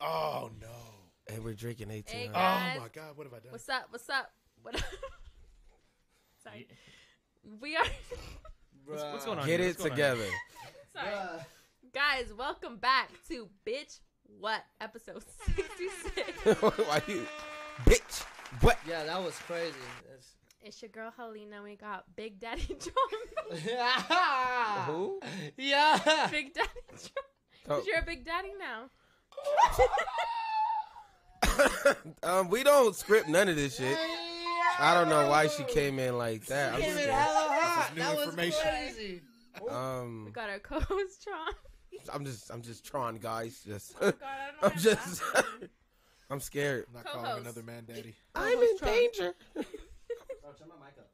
Oh no! And we're drinking 18. Hey, huh? guys. Oh my God! What have I done? What's up? What's up? What? Sorry. We are. What's, what's going on? Get here? it What's going on together. Sorry. Guys, welcome back to Bitch What episode 66. Why you, bitch? What? yeah, that was crazy. it's your girl Helena. We got Big Daddy John. That's... Who? Yeah. Big Daddy John. Oh. 'Cause you're a big daddy now. um, we don't script none of this shit. I don't know why she came in like that. I'm Came in scared. hella hot. This is new That was information. crazy. Um, Got our co-host John. I'm just, I'm just trying, guys. Just, Oh God, I don't know I'm how to just, laugh. I'm scared. I'm not Co-host. calling another man daddy. I'm in Trump. danger. Oh, turn my mic up.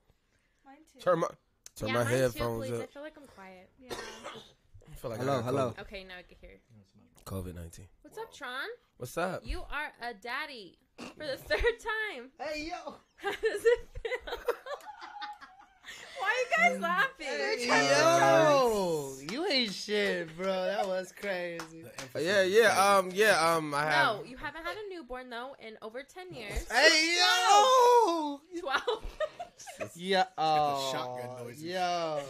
Mine too. Turn my, turn yeah, my mine too, headphones please. I up. feel like I'm quiet. Yeah. I feel like I Hello, got hello. Okay, now I can hear. COVID nineteen. What's up, Tron? What's up? You are a daddy for the third time. Hey yo. How does it feel? Why are you guys laughing? Hey, yo. trying You ain't shit, bro. That was crazy. Uh, yeah, yeah, um, yeah, um, I have. No, you haven't had a newborn though in over ten years. Hey yo. Twelve. Yeah. Oh. shotgun noises. Yo.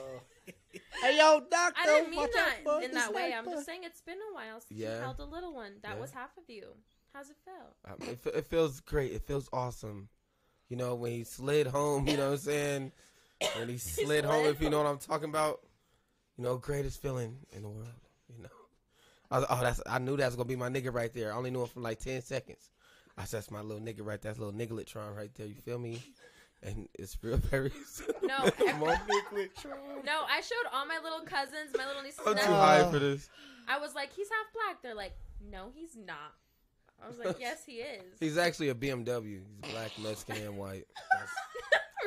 hey yo, doctor. I didn't mean watch out that for in the that way. I'm sniper. just saying it's been a while since you Yeah. held a little one. That Yeah. was half of you. How's it feel? Um, it, fe- it feels great. It feels awesome. You know, when he slid home, you know what I'm saying? When he slid home, slid if you know what I'm talking about. You know, greatest feeling in the world, you know. I was, oh, that's I knew that was gonna be my nigga right there. I only knew him for like ten seconds. I said, that's my little nigga right there. That's little niglet Tron right there. You feel me? And it's real very No, I'm, on- No, I showed all my little cousins, my little nieces. I'm and Oh, too nephews. high for this. I was like, he's half black. They're like, no, he's not. I was like, yes, he is. He's actually a BMW. He's black, Mexican, and white.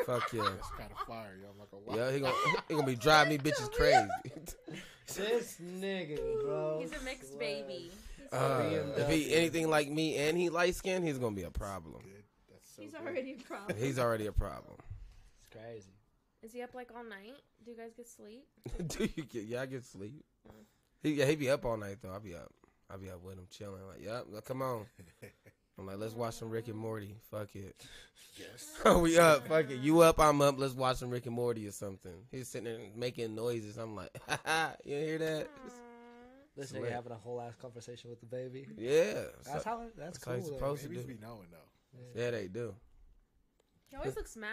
Fuck yeah. That's kind of fire, yo. I'm like, wow. Yeah, he gonna he gonna be driving me bitches crazy. This nigga, bro. He's a mixed swear. baby. He's, Uh, BMW. if he anything like me and he light skinned, he's gonna be a problem. Good. That's so He's good. already a problem. He's already a problem. It's crazy. is he up like all night? Do you guys get sleep? Do you get? Yeah, I get sleep. He yeah, he be up all night though. I be up. I be up with him chilling. Like, yep, like, come on. I'm like, let's watch some Rick and Morty. Fuck it. Yes. we up. Fuck it. You up? I'm up. Let's watch some Rick and Morty or something. He's sitting there making noises. I'm like, ha ha. You hear that? Aw. This Swear. nigga having a whole ass conversation with the baby. Yeah. That's So- how. That's, that's how cool. it's though. supposed to Babies do. be knowing though. Yeah, they do. He always looks mad.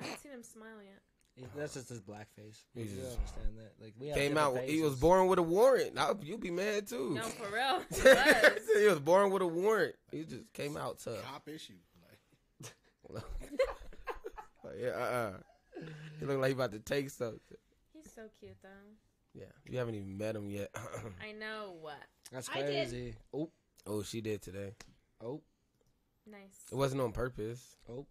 I haven't seen him smile yet. He- That's just his black face. You Jesus. don't understand that. Like we have Came out. different He was faces. born with a warrant. I, you be mad too. No, for real. He does. he was born with a warrant. He just came out tough. Cop issue. Like, like, yeah, uh-uh. He looked like he about to take something. He's so cute though. Yeah, you haven't even met him yet. I know what. That's I did. crazy. Oh, oh, she did today. oh, Nice. It wasn't on purpose. oh.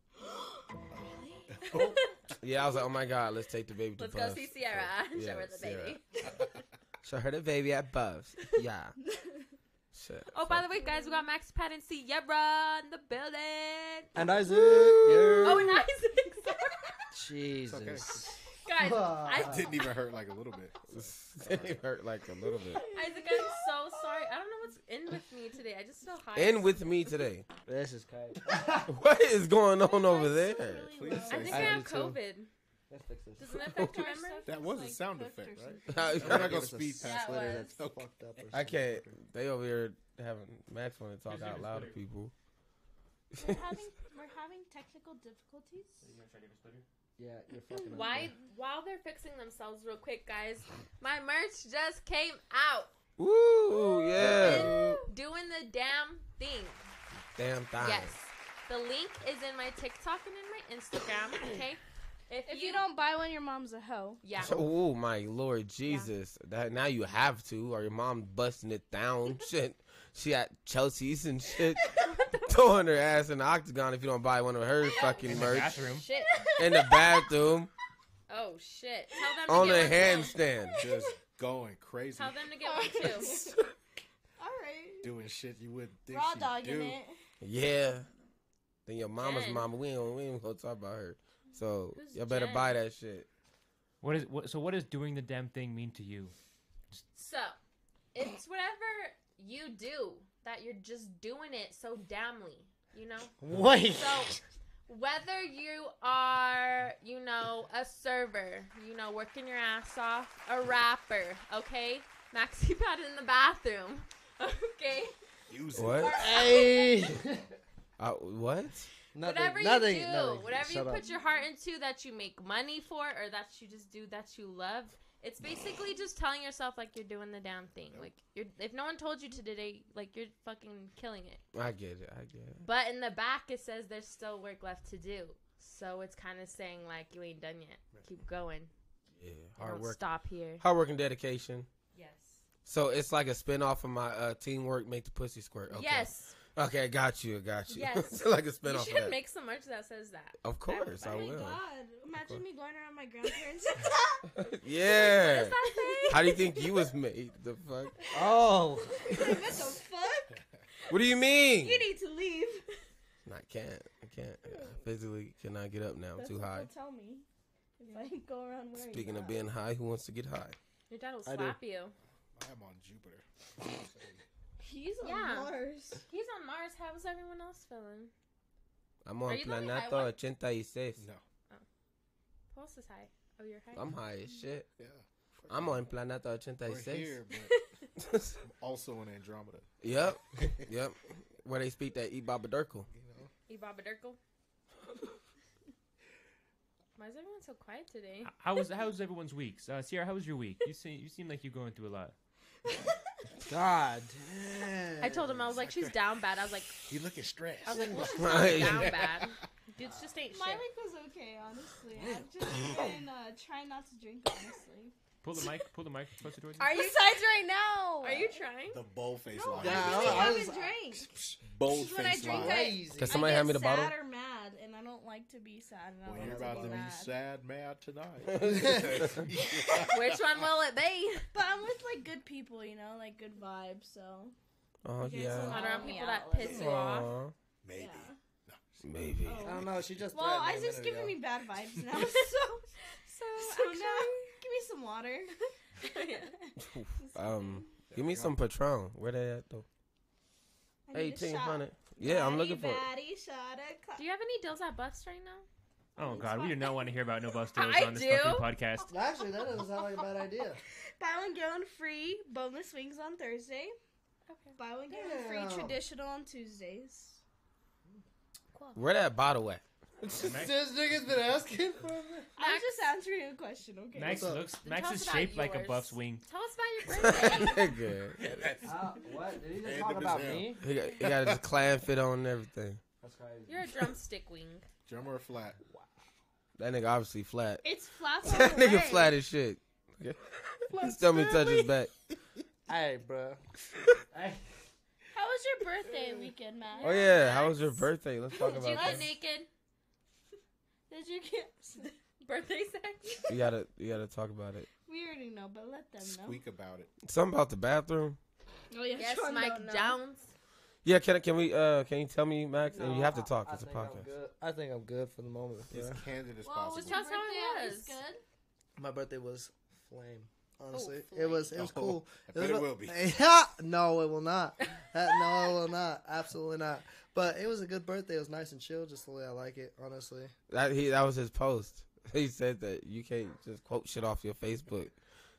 Yeah, I was like, oh my god, let's take the baby to Let's go Buffs. see Sierra. Yeah, Show her the Sierra. baby. Show her the baby at Buffs. Yeah. Shit. Oh, by the way, guys, we got Max Pat and Sierra in the building. And Isaac. Oh, Yeah. and Isaac. sorry. Jesus. okay. guys, Ah. I, didn't even hurt like a little bit. it hurt like a little bit. Isaac, I'm so sorry. I don't know what's in with me today. I just feel high. And with me today. This is crazy. What is going on over Really there? well. Please I say think I, so. have I do too. COVID. Let's fix this. Doesn't it affect your Our memory? stuff That is was a like sound cooked effect, or right? something. We're not Give gonna us a speed Yeah, past it later. was. That's okay. Fucked up. or I something. can't. They over here having Max want to talk out loud to people. We're having, we're having technical difficulties. Yeah, you're fucking. up Why? While they're fixing themselves, real quick, guys, my merch just came out. Woo! Yeah. Been doing the damn thing. Damn thigh. Yes. The link is in my TikTok and in my Instagram. Okay. If you don't buy one, your mom's a hoe. yeah. Oh my Lord Jesus! That now you have to, or your mom busting it down. shit, she at Chelsea's and shit, throwing her ass in the octagon if you don't buy one of her fucking In the merch bathroom. Shit. in the bathroom Oh shit. Tell them to on a get one too. handstand. Just going crazy, Tell them to get one too. All right. doing shit you wouldn't think Raw she'd dogging do. it. Yeah. Then your mama's Jen. mama. We ain't, we ain't gonna talk about her. So Who's y'all better Jen? buy that shit. What is what? So what does doing the damn thing mean to you? So, it's whatever you do that you're just doing it so damnly, you know? Wait. So whether you are, you know, a server, you know, working your ass off, a rapper, okay? Maxi pad in the bathroom. Okay. Use it. What? hey. Uh, what? Nothing, whatever you nothing, do, nothing. whatever you Shut up. put your heart into that you make money for or that you just do that you love, it's basically just telling yourself like you're doing the damn thing. Like you're if no one told you to today, like you're fucking killing it. I get it. I get it. But in the back, it says there's still work left to do. So it's kind of saying like you ain't done yet. Keep going. Yeah. Don't Hard work. stop here. Hard work and dedication. Yes. So it's like a spin off of my uh, teamwork make the pussy squirt. Okay. Yes. Okay, got you. Got you. Yes. like a spin You off of should that. make some merch that says that. of course, I Oh my will. god! course. Imagine me going around my grandparents. What yeah. does that say? How do you think you was made? The fuck? Oh. like, what the fuck? What do you mean? You need to leave. I can't. I can't. I physically cannot get up now. I'm That's too what high. they'll Tell me if I go around wearing. Speaking of that. being high, who wants to get high? Your dad will I do. slap you. I'm on Jupiter. he's on Yeah. Mars. He's on Mars. How's everyone else feeling? I'm Are on you the only high Planeta 86. No. Pulse is high. Oh, you're high. I'm high as shit. Yeah. I'm on Planeta We're 86. here, but I'm also in Andromeda. yep. you Yep. Where they speak that Ibaba Durkle. know? Ibaba Durkle. Why is everyone so quiet today? How was how was everyone's weeks? Uh, Sierra, how was your week? You seem you seem like you're going through a lot. God. I told him I was like, she's down bad. I was like, He looking stressed. I was like, well, she's not Right. down bad. Dudes just ain't My shit. week was okay, honestly. I've just been uh, trying not to drink, honestly. Pull the mic, pull the mic closer towards you. Are you? Besides, right now, Are you trying? the bold face No, line. I Yeah, really I was- haven't drank. Bold When I face drink line. it- Crazy. Cause- Somebody I hand me get the bottle. Sad or mad, and I don't like to be sad. And I Well, don't you're like about to to be be mad. sad, mad tonight. Which Which one will it be? But I'm with like good people, you know, like good vibes. So Oh, Okay, so yeah. my- Not around Help me people that out a piss you uh, off. Aw, Maybe. Yeah. Maybe. Oh. I don't know. She just. Well, threatened me a Isaac's minute giving ago. me bad vibes now. So, So, so now, give me some water. Oh. Um, give me some Patron. Where they at, though? I need a shot. 1800. Yeah, I'm looking for it. Batty, shot a cup. do you have any deals at Buffs right now? Oh God, we do not want to hear about no bus deals I on this do. fucking podcast. Well, Actually, that doesn't sound like a bad idea. Buy one get one free boneless wings on Thursday. Okay. Buy one get one Damn. free traditional on Tuesdays. Where that bottle at? Max- this nigga's been asking for me. I'm Max- just answering a question, okay? Max What's up? looks Then Max tell is us about shaped like a yours. buff's wing. Tell us about your birthday. Nigga. Uh, what? Did he just Random talk as about hell. me? He got, he got his clan fit on and everything. That's crazy. You're a drumstick wing. Drum or flat? That nigga obviously flat. It's flat all That the nigga way. flat as shit. His stomach touches back. Hey, bro. Hey. How was your birthday weekend, Max? Oh yeah, how was your birthday? Let's talk Did you about get that. naked? Did you get? Birthday sex? You gotta, you gotta talk about it. We already know, but let them know. Squeak about it. Something about the bathroom. Oh yeah, Yes, Sean don't Mike know. Downs. Yeah, can can we? Uh, can you tell me, Max? and you have to No, talk. I- I It's a think I'm podcast. good. I think I'm good for the moment. As bruh. candid as Well, possible. was Tell your us how it birthday at was. least good? My birthday was flame. Honestly, it flame. was it was Oh, cool. I bet was- it will be. Yeah, no, it will not. Uh, no, it will not. Absolutely not. But it was a good birthday. It was nice and chill, just the way I like it. Honestly, That he, that was his post. He said that you can't just quote shit off your Facebook.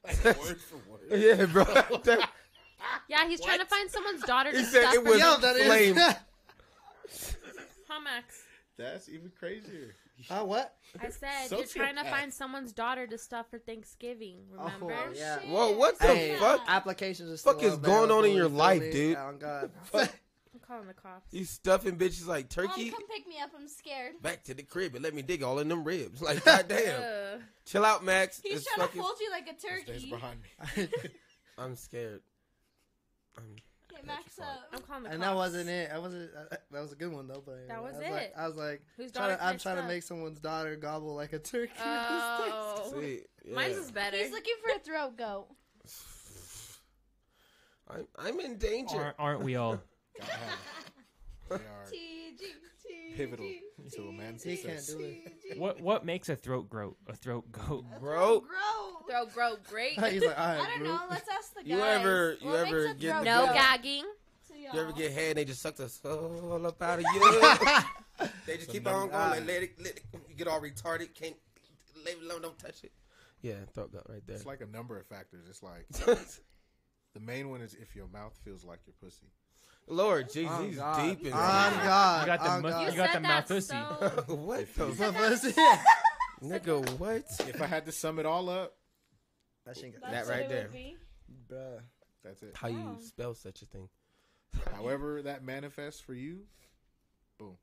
Like, word for word. yeah, bro. That- Yeah, he's trying to find someone's daughter to He said stuff it was- her. yo, that is. Flame. Huh, Max? That's even crazier. Huh, what? I said you're trying to Sociopath. find someone's daughter to stuff for Thanksgiving. Remember? Oh, yeah. Whoa, what the Hey. fuck? Applications are still Fuck is available, going on in you your feel life, me? dude? Oh God. Fuck. I'm calling the cops. You stuffing bitches like Mom, turkey. come pick me up. I'm scared. Back to the crib and let me dig all in them ribs. Like, goddamn. Ugh. Chill out, Max. He's It's trying fucking- to fold you like a Stays turkey. behind me. I'm scared. I'm... Get Max I'm calling up. the cops. and that wasn't it. That wasn't. Uh, that was a good one though. But anyway, That was I was Like, it. I was like, Who's trying daughter? to, I'm trying to make someone's daughter gobble like a turkey. Oh, See, yeah. mine's is better. He's looking for a throat goat. I'm, I'm in danger. Aren't, aren't we all? God, they are TG, pivotal to a man's He can't success. do it. What what makes a throat groat a throat goat? Bro. Grow. Throw grow great. He's like, all right, I don't bro. know. Let's ask the guys. You ever- you What makes ever a get throat the- No goat? gagging. So y'all You ever get head and they just suck the soul up out of you? they just keep on going. Like, let it, let it, you get all retarded. Can't leave it alone. Don't touch it. Yeah, throat gut right there. It's like a number of factors. It's like the main one is if your mouth feels like your pussy. Lord, jeez, Oh, he's God. deep in On there. God. Oh, You got the on mus- God. you got said the that mouth so- what the If- nigga? What? If I had to sum it all up, That shit got That That's right what it would there. be. Bruh. that's it. How you Wow. spell such a thing? However that manifests for you, boom.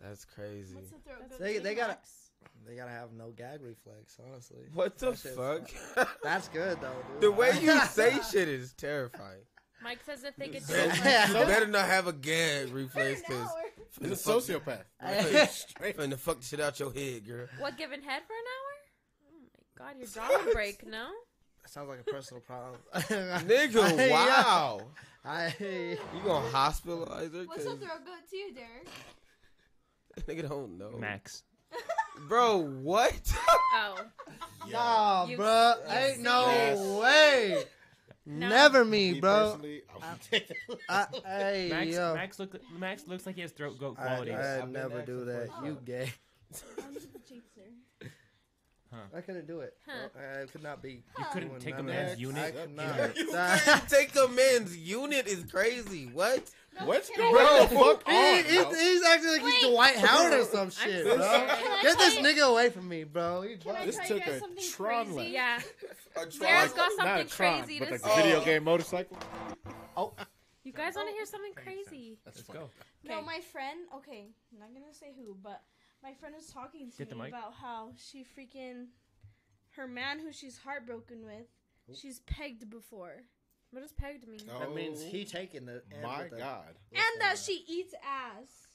That's crazy. What's the throat That's- goat They- they gotta- reflex? They gotta have no gag reflex, honestly. What the That shit's fuck? That's good though, dude. the way you say shit is terrifying. Mike says if they could do Man, it. you you better not have a gag reflex An because hour. It's a sociopath. Hey. Straight. finna fuck the shit out your head, girl. What, given head for an hour? Oh my god, your jaw would break, no? sounds like a personal problem. Nigga, wow. I, You gonna hospitalize her? What's 'Cause the throat goat to you, Derek? Nigga don't know. Max. Bro, what? Oh. nah, You- bruh, you ain't see no it. way. No. Never me, Me bro. personally, I Uh, would take that look. I, hey, Max, yo. Max, look, Max looks like he has throat goat I, qualities. I'd I've been never Max do before, that. so- You gay. I'm just a jinxer. I couldn't do it. Huh. I could not be. You couldn't doing take a none of man's that. unit? I That- could Yeah. not. you Nah. can't take a man's unit is crazy. What? No, What's can going I- on? Fuck He- on, he's, bro. he's acting like he's Wait. Dwight Howard or some shit, so bro. sorry. Can I Get this tell nigga away from me, bro. He Can I This tell you took guys a something Tron crazy? left. Yeah. A There's got Not something a Tron, crazy but to like say. a Oh. video game motorcycle. You guys want to hear something crazy? That's Let's funny. go. No, Okay. my friend. Okay, I'm not gonna say who, but my friend was talking to Get the me mic. about how she freaking her man who she's heartbroken with, she's pegged before, What does pegged mean? Oh, That means he taking the. end My with the- God. and that she eats ass.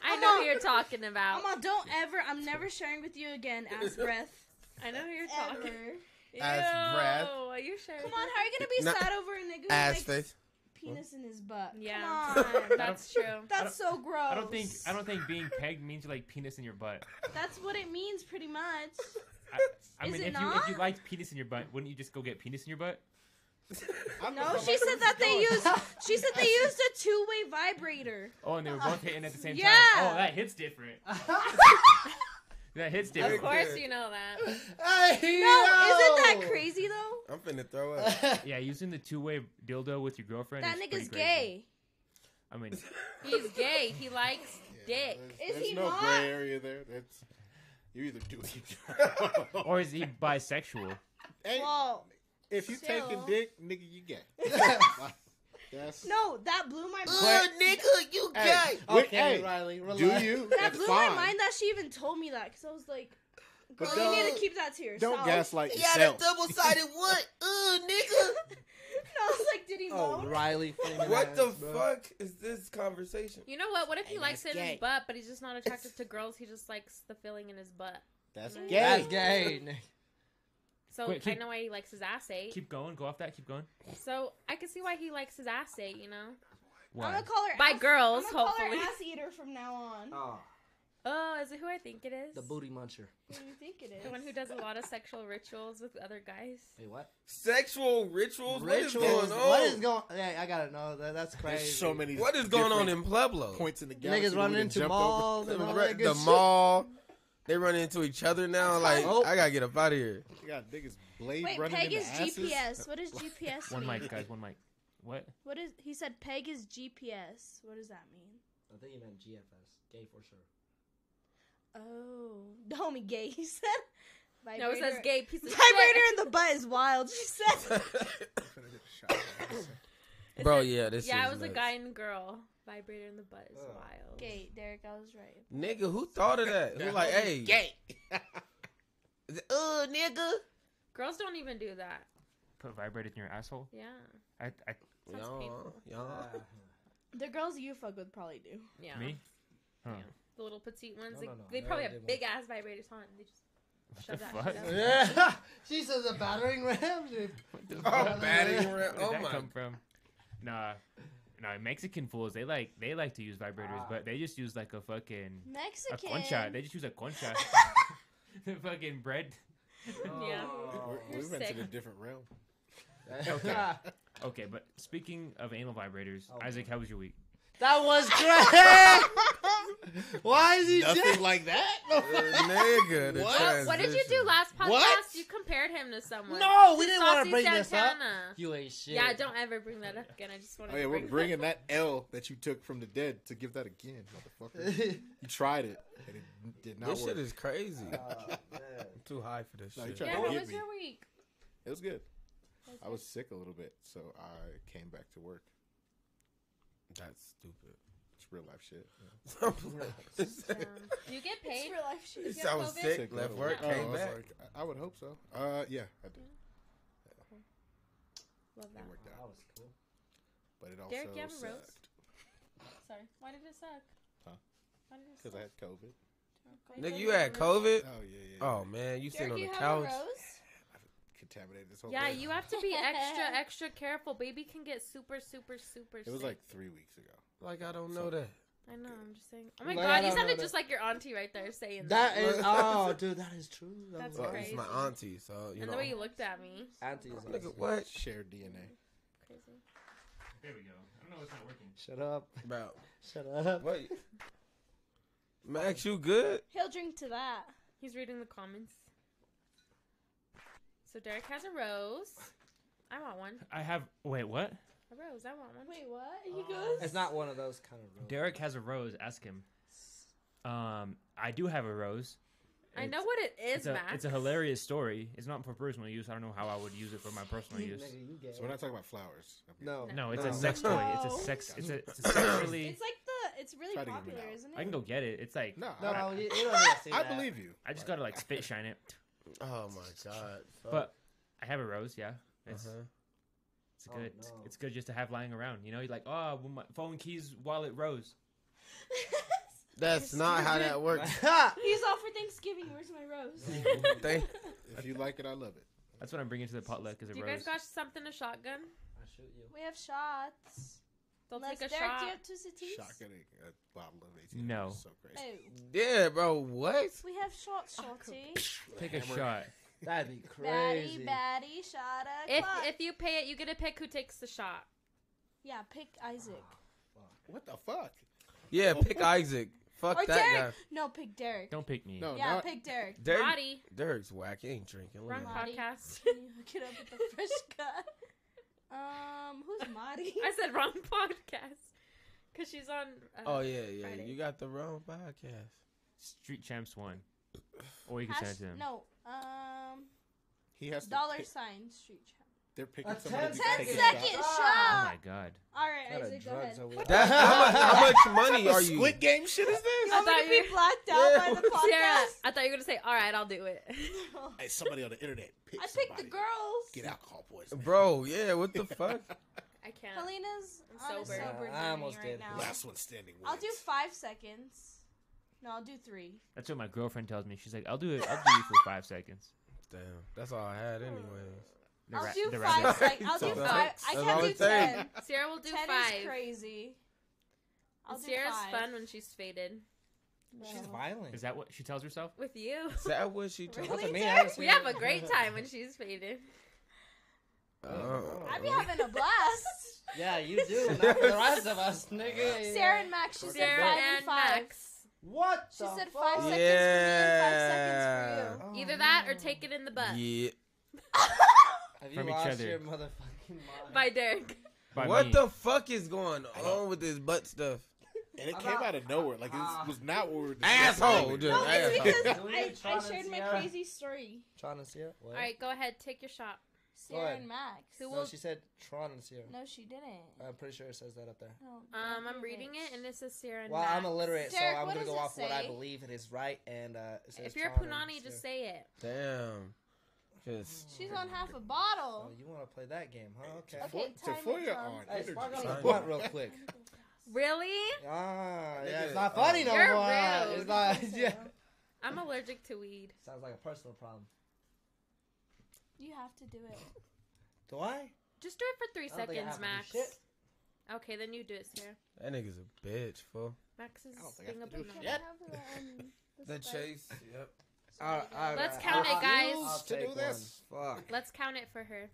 I I'm know not- who you're talking about. Mama, don't ever. I'm never sharing with you again. Ass breath. I know who you're Ever. talking. Ass breath. Ew, Are you sure? Come on, how are you gonna be Nah. sad over a nigga Ass who makes face. penis in his butt? Yeah. Come on. That's true. That's so gross. I don't think I don't think being pegged means like penis in your butt. That's what it means, pretty much. I, I Is mean, it if you if you not? liked penis in your butt, wouldn't you just go get penis in your butt? No, she said that they used. She said they used a two-way vibrator. Oh, and they were both hitting at the same Yeah. time. Oh, that hits different. that hits Of different. course you know that. Hey, No, yo! isn't that crazy though? I'm finna throw up. Yeah, using the two-way dildo with your girlfriend. That is nigga's pretty crazy. gay. I mean, He's gay. He likes dick. There's, Is there's he no not? gray area there. That's you either do it. or you don't. or is he bisexual? Hey, Well, if you still. taking dick, nigga, you gay. That's no, that blew my mind. Good nigga, you Hey, gay. we- Okay, hey, Riley, relax. do you? That That's blew fine. my mind that she even told me that because I was like, girl, But you need don't- to keep that to yourself. Don't gaslight He had a yourself. double sided what? Ugh, nigga. No, I was like, did he Oh, moan? Riley. Freeman What ass, the bro. fuck is this conversation? You know what? What if he And likes that's it in gay. his butt, but he's just not attracted to girls? He just likes the feeling in his butt. That's That's gay. That's gay. nigga. So Wait, keep- I know why he likes his ass ate. Keep going. Go off that. Keep going. So I can see why he likes his ass ate. You know, I'm Why? gonna call her by ass- girls, I'm gonna hopefully. call her ass eater from now on. Oh, Oh, is it who I think it is? the booty muncher. Who do you think it is? The one who does a lot of sexual rituals with other guys. Wait, what? Sexual rituals? Rituals. What is going on? What is going? Hey, I gotta know. That, that's crazy. There's so many. What is going on different in Pueblo? points in the galaxy? niggas that running we done into jumped over. malls the, and all re- that good the shit. mall. They run into each other now. Like Oh. I gotta get up out of here. You got niggas blade Wait, running Peg into is asses? GPS. What is GPS? One mean? mic, guys. One mic. What? What is he said? Peg is GPS. What does that mean? I think you meant GFS. Gay for sure. Oh, the homie gay. He said. No, it says Vibrator- gay piece of Vibrator shit. in the butt is wild. She said. Bro, yeah, this. Yeah, is it was nuts. a guy and girl. Vibrator in the butt is Ugh. wild. Gay, Derek. I was right. Nigga, who thought of that? Who like, hey, Gay. uh, nigga. Girls don't even do that. Put vibrators in your asshole? Yeah. I, I, Sounds Y'all, painful. y'all. The girls you fuck with probably do. Yeah. me? Huh. Yeah. The little petite ones. No, they no, no, they I probably already have did big ass vibrators on. They just What shove the that fuck? shit up. yeah. she says a battering ram. Dude. What the Oh, fuck? batting Where around. did Oh that my. come from? Nah, nah. Mexican fools, they like they like to use vibrators, Ah. but they just use like a fucking a Mexican. concha. They just use a concha. the fucking bread. Yeah. We Oh. You're went Oh, to sick. a different realm. okay. Okay. Okay, but speaking of anal vibrators, Oh, Isaac, how was your week? That was great. Uh, Why is he Nothing just? like that. nigga, the What? What did you do last podcast? What? You compared him to someone. No, we To didn't want Saucy to bring this up. Santana. You ain't shit. Yeah, don't ever bring that up again. I just want Oh to. yeah, bring we're that bringing up. that L that you took from the dead to give that again, motherfucker. you tried it and it did not This work. shit is crazy. Oh, man. I'm too high for this No, you shit. try- Yeah, Don't how hit was me. your week? It was good. I was sick a little bit, so I came back to work. That's stupid. It's real life shit. you know. Um, do you get It's paid? real life shit. It's- You get I was COVID? sick. Sick, left uh, work, oh, came I was back. like, I I would hope so. Uh, yeah, I did. Love It that. worked That out, was cool. but it also Derek, you have a roast? sucked Sorry. Why did it suck? Huh? Why did it because I suck? had COVID. Nigga, you had COVID? Oh yeah, yeah. yeah. Oh man, you sitting Jerky on the have a couch. roast? contaminated this whole. Yeah, thing. you have to be extra, extra careful. Baby can get super, super, super It was sick. like three weeks ago. Like I don't know that. I know, I'm just saying. Oh my Like, I god, don't you know sounded that- just like your auntie right there saying that. That is oh, dude, that is true. That That's was- Well, it's my Crazy. auntie, so you and know. the way you looked at me. Auntie is Nigga, awesome. what? Shared DNA. Crazy. There we go. I don't know what's not working. Shut up! Bro, Shut up! wait. Max, you good? He'll drink to that. He's reading the comments. So Derek has a rose. I want one. I have. Wait, what? A rose. I want one. Wait, what? Uh, He goes. It's not one of those kind of roads. Derek has a rose. Ask him. Um, I do have a rose. I It's- know what it is, It's a, Max. it's a hilarious story. It's not for personal use. I don't know how I would use it for my personal You use. nigga, you gay. So we're not talking about flowers. I mean, No, No, it's a No. sex toy. It's No. a sex. It's a, it's a sexually. It's like the. It's really Try to get him popular, out. isn't it? I can go get it. It's like. No, No, I, you, you don't need to see I that. believe you. I just gotta like spit shine it. Oh my god. Fuck. But I have a rose. Yeah, it's Uh-huh. it's Oh, good. no. It's good just to have lying around. You know, you're like, oh, well, my phone, keys, wallet, rose. That's not how that works. He's all for Thanksgiving. Where's my rose? Thank- If you like it, I love it. That's what I'm bringing to the potluck is a Do you rose. guys got something to shotgun? I shoot you. we have shots. They'll Unless take a Derek, shot. do you have two cities? Shotgunning a bottle of 18. No. is So crazy. Oh, Yeah, bro. What? we have shots, Oh, shotty. Take a Hammer. shot. That'd be crazy. Baddie, baddie, shotta. If clock. if you pay it, you get to pick who takes the shot. yeah, pick Isaac What the fuck? Yeah, pick Isaac. Fuck or that Derek. guy. No, pick Derek. Don't pick me. No, yeah, not, pick Derek. Derek, Body. Derek's whack. He ain't drinking. Look Wrong at him. Body. podcast. Can you hook it up with the fresh cut? Um, who's Marty? I said wrong podcast. Because she's on. Uh, Oh yeah, yeah. Friday. You got the wrong podcast. Street Champs one. Or you can send it Hash- to them. No, um, he has to. dollar pick- sign street. Champ. they're picking A somebody. 10 to Ten take a second shot. Oh shot. my god. All right, Kinda Isaac, go drugs ahead. over there. That, how, much, how much money What are the you? Squid Game shit is this? You want me thought to you- be blacked out by the Sierra, podcast? I thought you were going to say, all right, I'll do it. No. Hey, somebody on the internet. Pick I picked the somebody. girls. Get alcohol poisoning. Bro, yeah. What the fuck? I can't. Helena's I'm on a sober. sober. Yeah, journey I almost right did. now. Last one standing. Wins. I'll do five seconds. No, I'll do three. That's what my girlfriend tells me. She's like, I'll do it. I'll do you for five seconds. Damn. That's all I had, anyways. The I'll ra- do the five rabbit- seconds. I'll do That's five. I all can't it do takes. ten. Sierra will do Ten is five. crazy. I'll do Sierra's five. fun when she's faded. She's violent. Is that what she tells herself? With you. Is that what she told? Not Really, to me, I Derek? haven't seen We her- have a great time when she's faded. Oh. I'd be having a blast. Yeah, you do. Not for the rest of us, nigga. Sarah and Max. She said Sierra five and and five. Max. What? She the said fuck? five seconds for me and five seconds for you. Oh, Either that or no. take it in the butt. Yeah. Have you From each lost other. your motherfucking mind? By Derek. By what me. the fuck is going I don't- on with this butt stuff? And it came out of nowhere. Like, Ah. it was not what we were discussing. Asshole, dude. No, it's asshole. because Do we I, need I Sean shared and my Sierra? crazy story. Tron and Sierra. What? All right, go ahead. Take your shot. Sarah ahead. and Max. Who No, will? she said Tron and Sierra. No, she didn't. I'm pretty sure it says that up there. No, Um, don't I'm do reading it, and it says Sierra. And Well, Max. I'm illiterate, Derek, so I'm what gonna does go it off what I say? believe it is right, and uh, it says If you're a Tron and Punani, Sierra. just say it. Damn. Cause She's on half a Oh, bottle. you want to play that game, huh? Okay. Okay, to time foil is your up. on. Hey, energy. spark up the Fine. blunt real quick. Really? Ah, yeah, Nigga, it's not funny no You're more. rude. It's not. Yeah. I'm allergic to weed. Sounds like a personal problem. You have to do it. Do I? Just do it for three I don't think I seconds, have to do Max. shit. Okay, then you do it, Sierra. that nigga's a bitch, fool. Max is I don't think I being a have to do boomer. shit. Yep. um, The chase. Yep. All right, all Let's right, count I'll- it, guys. I'll To do take this. one. Fuck. Let's count it for her.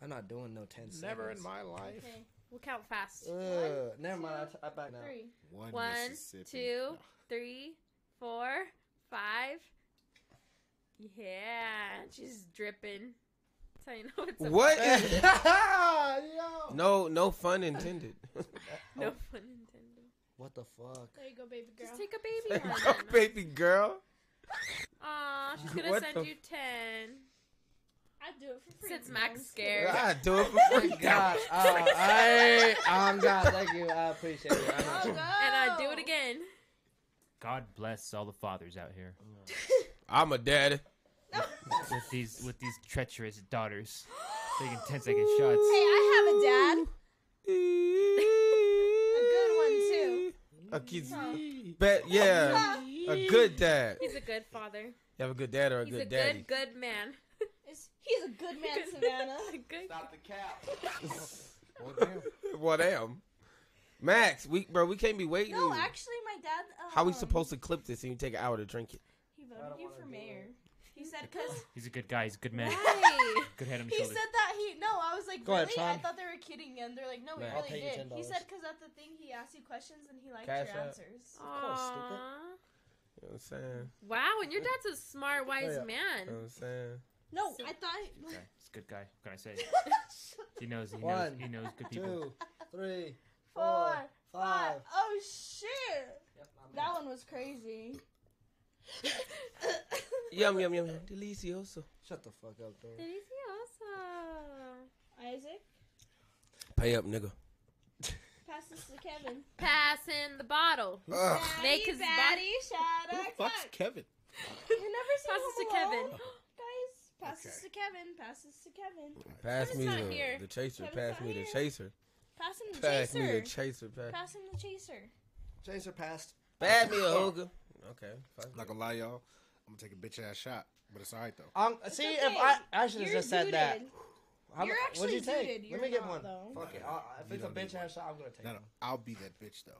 I'm not doing no 10 seconds. Never in my life. Okay, we'll count fast. Uh. One, Ugh, never mind. I, t- I back out. three. One, One, Mississippi. two, three, four, five. Yeah, she's dripping. That's how you know it's a- What? is- Yo. no, no fun intended. No pun intended. What the fuck? There you go, baby girl. Just take a baby one. Go, baby girl. Aw, she's gonna What send the you ten. I'd do it for free. Since you Max know. scared. I do it for free. God, uh, I, um, God, thank you. I appreciate it. I know. Oh, And I do no. it again. God bless all the fathers out here I'm a daddy. with these with these treacherous daughters taking 10 second shots. Hey, I have a dad. A good one too. A kid's bet, yeah, a good dad. He's a good father. You have a good dad or a He's good a daddy. good, good man. It's, he's a good man, Savannah. A good- Well, damn. Well, damn. Max, we bro, we can't be waiting. no, actually, my dad. Um, How we supposed to clip this and you take an hour to drink it? He I voted don't you wanna for do mayor. He said because He's a good guy. He's a good man. Hey. Good head on his he shoulders. said that he no. I was like, Go ahead, really? I Sean. thought they were kidding, and they're like, no, we Nah, I'll really pay you did. He $10. said because at the thing he asked you questions and he liked Cash your app. answers. course, stupid. Aw. You know what I'm saying? Wow, and your dad's a Oh, smart, wise yeah. You know what man. I'm saying? No, I thought. Good guy. He's a good guy. What can I say? He knows. He knows. One, He knows good people. Two, three, Four, four, five. five. Oh shit! That one was crazy. Yum yum yum yum. Delicioso. Shut the fuck up, though. Delicioso. Isaac, Pay up, nigga. pass this to Kevin. Passing the bottle. Ugh. Make his body- shot. Who the our fuck's cock. Kevin? You never seen Pass Home this to Kevin. Alone? Guys, pass this Okay. to Kevin. Pass this to Kevin. Pass Kevin's me not the, here. the chaser. Kevin's Pass not me the here. chaser. Pass him the Pass me the chaser. chaser. Pass, Pass him the chaser. Chaser passed. pass me a hookah. Okay. fuck Not it. gonna lie, y'all. I'm gonna take a bitch ass shot, but it's alright though. Um, see, if I, I should have You're just said that. zooted. How You're mu- actually What'd you take? zooted. You're Let me get not, one. Uh, though. Fuck it. I'll- If You it's a don't need bitch ass shot, I'm gonna take No, no, one. I'll be that bitch though.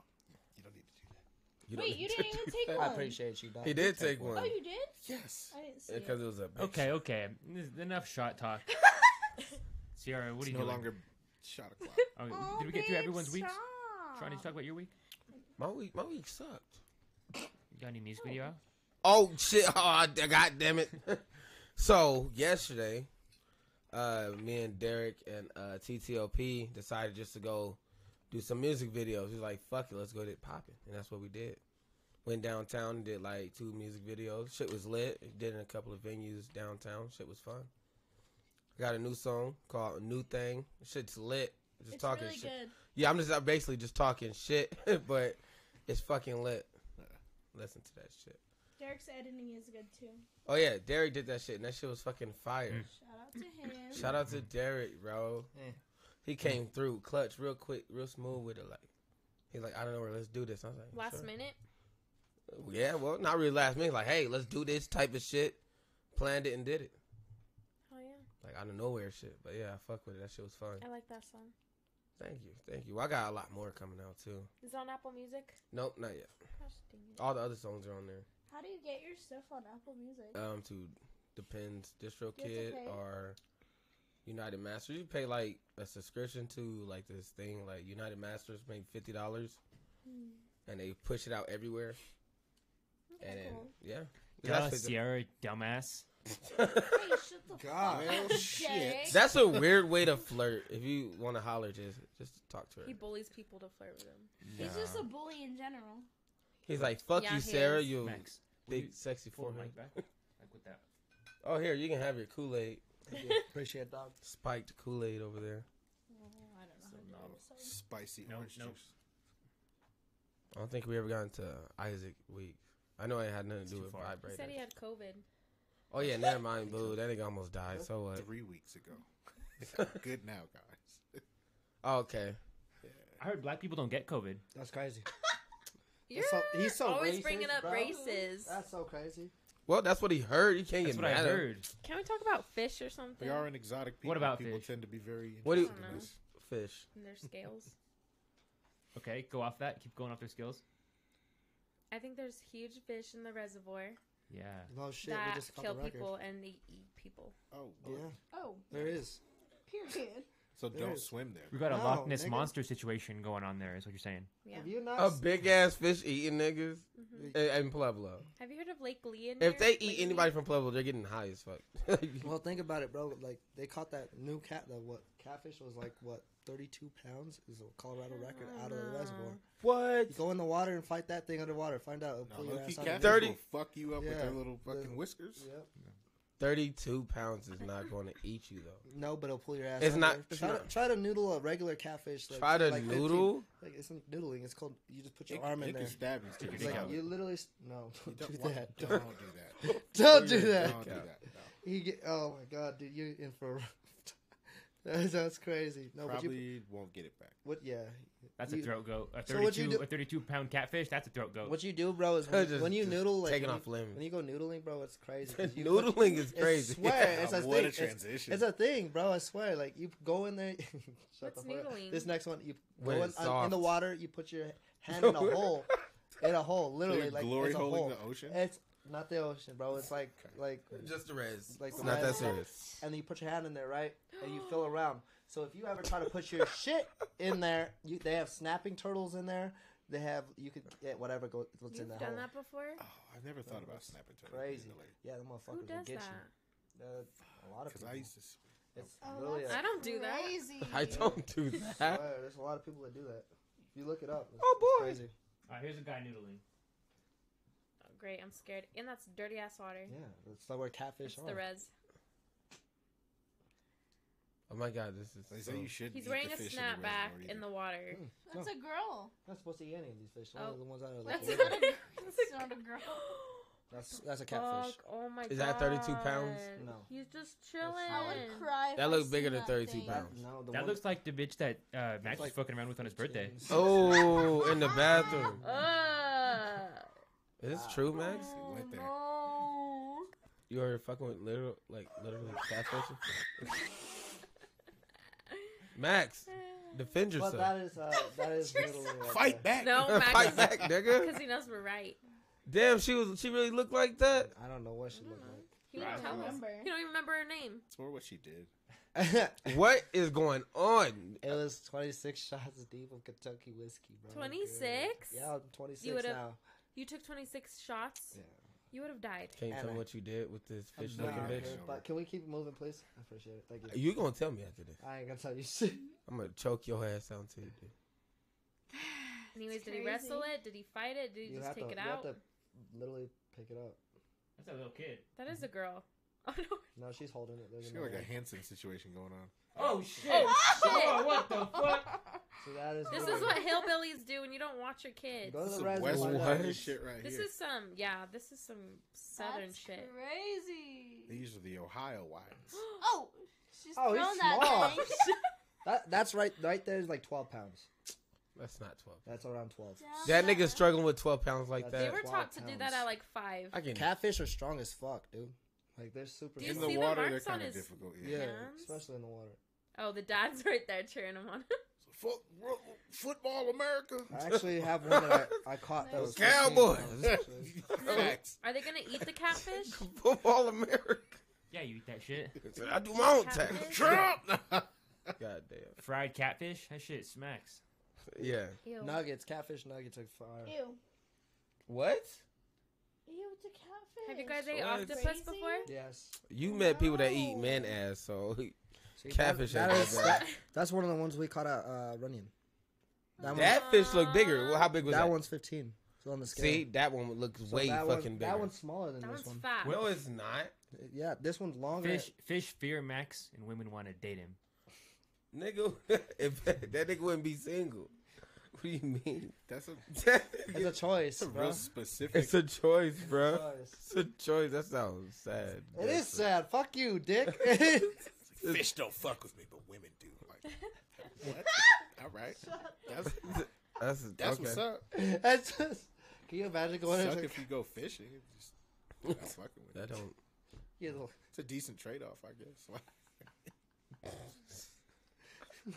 You don't need to do that. You don't Wait, need you to didn't do even that. take one. I appreciate you, dog. He did take one. Oh, you did? Yes. I didn't see Because it. it was a bitch. Okay, okay. This- Enough shot talk. Sierra, what It's are you no doing? longer shot o'clock. Oh, Oh, did we get through babe, everyone's weeks? stop. Sean, did you talk about your week? My week, my week sucked. You got any music video out? Oh shit! Oh I- god damn it! so yesterday, uh, me and Derek and uh, TTLP decided just to go do some music videos. He's like, "Fuck it, let's go get it popping," and that's what we did. Went downtown, and did like two music videos. Shit was lit. Did it in a couple of venues downtown. Shit was fun. Got a new song called "New Thing." Shit's lit. Just It's talking really shit. good. Yeah, I'm just I'm basically just talking shit, but it's fucking lit. Listen to that shit. Derek's editing is good too. Oh yeah, Derek did that shit, and that shit was fucking fire. Shout out to him. Shout out to Derek, bro. Yeah. He came through clutch, real quick, real smooth with it. Like he's like, I don't know where. Let's do this. I was like, Last sure. minute. Yeah, well, not really last minute. Like, hey, let's do this type of shit. Planned it and did it. Oh yeah, Like out of nowhere shit. But yeah, I fuck with it. That shit was fun. I like that song. Thank you, thank you. Well, I got a lot more coming out too. Is it on Apple Music? Nope, not yet. Gosh dang it. All the other songs are on there. How do you get your stuff on Apple Music? um to depends distro You have to kid pay? or united masters you pay like a subscription to like this thing like united masters maybe $50 Hmm, and they push it out everywhere and then, cool. yeah Duh, that's, fifty- Sierra, dumbass. Hey, shut the God. fuck up, Well, shit. Derek. that's a weird way to flirt if you want to holler just just talk to her He bullies people to flirt with him. He's just a bully in general. he's like fuck Yeah, you he sarah is. you Max. will big you sexy Pull the forehead mic back. Like with that. oh here you can have your kool-aid Thank you. Appreciate it, dog. spiked kool-aid over there Oh, I don't know. So how to do novel. it, sorry. Spicy No, orange no. juice. i don't think we ever got into isaac week i know it had nothing to do too with far. He He vibrator said he had COVID. Oh yeah, never mind, boo. That nigga almost died. So what? Three weeks ago. Good now, guys. Oh, okay. I heard black people don't get COVID. That's crazy. You're so- he's so always racist, bringing up bro. races. That's so crazy. Well, that's what he heard. He can't That's get what I mad. at him. heard. Can we talk about fish or something? We are an exotic people. about people fish? tend to be very What do you- interested in I don't this. Fish. And their scales. Okay, go off that. Keep going off their skills. I think there's huge fish in the reservoir Yeah. No Oh, shit. we that just caught kill the record. people and they eat people. Oh, Yeah, Lord. Oh, there is. Period. So There don't is. swim there. We got a No, Loch Ness nigga. monster situation going on there. Is what you're saying? Yeah. Have you not? A s- big ass fish eating niggas Mm-hmm. Mhm. in, in Pueblo. Have you heard of Lake Leon? If they eat anybody from Pueblo, they're getting high as fuck. Well, think about it, bro. Like they caught that new cat. That what catfish was like what thirty two pounds is a Colorado record out of Oh, the reservoir. what? You go in the water and fight that thing underwater. Find out. It'll No, pull your low-key ass out. catfish of Dirty. will fuck you up with Yeah. their little fucking The- whiskers. the- Yep. Thirty-two pounds is not going to eat you though. No, but it'll pull your ass. It's out not- there. it's try, not- To, try to noodle a regular catfish. Like, Try to like 15 noodle. like it's not noodling. It's called. You just put your It, arm it in there. can stab you. Stick It's Like, your dick Yeah. out. you literally s- no. Don't, You do want- that. Don't, Don't, do that. do that. Don't do Okay. that. No. You get. Oh my god, dude, you're in for. that's, that's crazy. No, but Probably you. won't get it back. What? Yeah. That's You- a throat goat. A So what you 32, do- a 32 pound catfish. That's a throat goat. What you do, bro, is when, Oh. Just- when you just noodle, like taking when off you, limb. when you go noodling, bro, it's crazy. 'cause you- Noodling is it's crazy. swear, it's Wow, a what thing. a It's, transition. it's a thing, bro. I swear. Like you go in there. shut What's the fuck up. noodling? This next one, you When go in, it's on- in the soft. water. You put your hand in a hole, in a hole, So literally, you're like glory it's a holding hole. the ocean. It's not the ocean, bro. It's like like Just the res. Like it's not that what? serious. Oh, and then you put your hand in there, right? And you feel around. So if you ever try to put your shit in there, you, they have snapping turtles in there. They have you could get whatever goes what's in You've that done hole. Ah, that before? Oh, I've never thought about that's snapping turtles. Crazy. Yeah, the Who motherfuckers will does get that? you. Uh, a lot of Because people. I used to. It's Oh, really that's a- I don't do that. Crazy. I don't do I that. swear, there's a lot of people that do that. If you look it up, it's, Oh, it's boy. crazy. All right, here's a guy noodling. Oh, great, I'm scared. And that's dirty ass water. Yeah, that's not where catfish It's are. the res. Oh my god, this is. They so- say you should. He's wearing a snapback in the water. Mm, That's a girl. not supposed to eat any of these fish. Only Oh. the ones out of That's the not river. a, that's not a girl. That's that's a Fuck, catfish. oh my god. Is that 32 pounds? No. He's just I chilling. would cry. if That I look seen bigger than that 32 thing. pounds. That, no, the That one, looks like the bitch that uh, Max was like fucking around with on his birthday. James. Oh, in the bathroom. Ugh. Is this true, Max? He went there. Oh, You are fucking with literal, like literally catfish. Max, defend But yourself. that is uh, that is literally right Fight there. back. no, Max. Fight back, nigga. Because he knows we're right. Damn, she was. She really looked like that. I don't know what she looked He won't Right. tell us. Remember. He don't even remember her name. For what she did. like. What is going on? it was 26 shots deep of Kentucky whiskey, bro. 26? Good. Yeah, I'm 26 You would've- now. You took 26 shots. Yeah. You would have died. Can't tell Anna. me what you did with this I'm fish not looking Nah, bitch. good, but can we keep it moving, please? I appreciate it. Thank you. You gonna tell me after this? I ain't gonna tell you shit. I'm gonna choke your ass out too. Dude. Anyways, It's did he crazy. wrestle it? Did he fight it? Did he you just have take to, it you out? have to literally pick it up. That's a little kid. That is a girl. Oh no. No, she's holding it. There's She got another like a one. Hanson situation going on. Oh shit! Oh, shit. Oh, what the fuck? So that is. This really- is what hillbillies do when you don't watch your kids. Go to This is the some res. West What? Virginia shit right This here. is some yeah, this is some southern that's shit. crazy. These are the Ohio wives. Oh, she's Oh, oh, he's thrown that small. thing. That, that's right. Right there is like 12 pounds. That's not twelve. That's around 12. Down That there. nigga struggling with twelve pounds like They They that. were Wow, taught to do that pounds. at like five. I can. Catfish are strong as fuck, dude. Like they're super. Do you In strong. the see the water, they're marks on kind of his- difficult. yeah, Yeah. hands? especially in the water. Oh, the dad's right there cheering him on. Fo- ro- football America. I actually have one that I, I caught that was 15 Cowboys. pounds, actually. Facts. Are they gonna eat the catfish? Football America. Yeah, you eat that shit. I do my own tax. Catfish? Trump. God damn. Fried catfish. That shit smacks. Yeah. Ew. nuggets, catfish nuggets are fire. Ew. What? Ew, it's a catfish. Have you guys ate What? octopus Crazy. before? Yes, You met people that eat No. man ass, so See, Catfish That, that ain't is, that bad. that- that's one of the ones we caught at uh, Runyon. That, one, that fish looked bigger. Well, how big was that that? one's 15. It's on the scale. See, that one looks So way that one- fucking bigger. That one's smaller than That this one. one's fat. no, it's not, Yeah, this one's longer. Fish, fish fear Max, and women want to date him. nigga. if that nigga wouldn't be single, what do you mean? That's a, It's a choice. that's a bro. real specific. It's a choice, It's a bro. choice. It's a choice. That sounds sad. It is sad. Fuck you, dick. fish don't fuck with me, but women do. Like, what? All right. That's, That's that's okay. what's up. That's just- can you imagine going Suck into if you go fishing. It's Just, not fucking with That it. don't. you know, It's a decent trade off, I guess.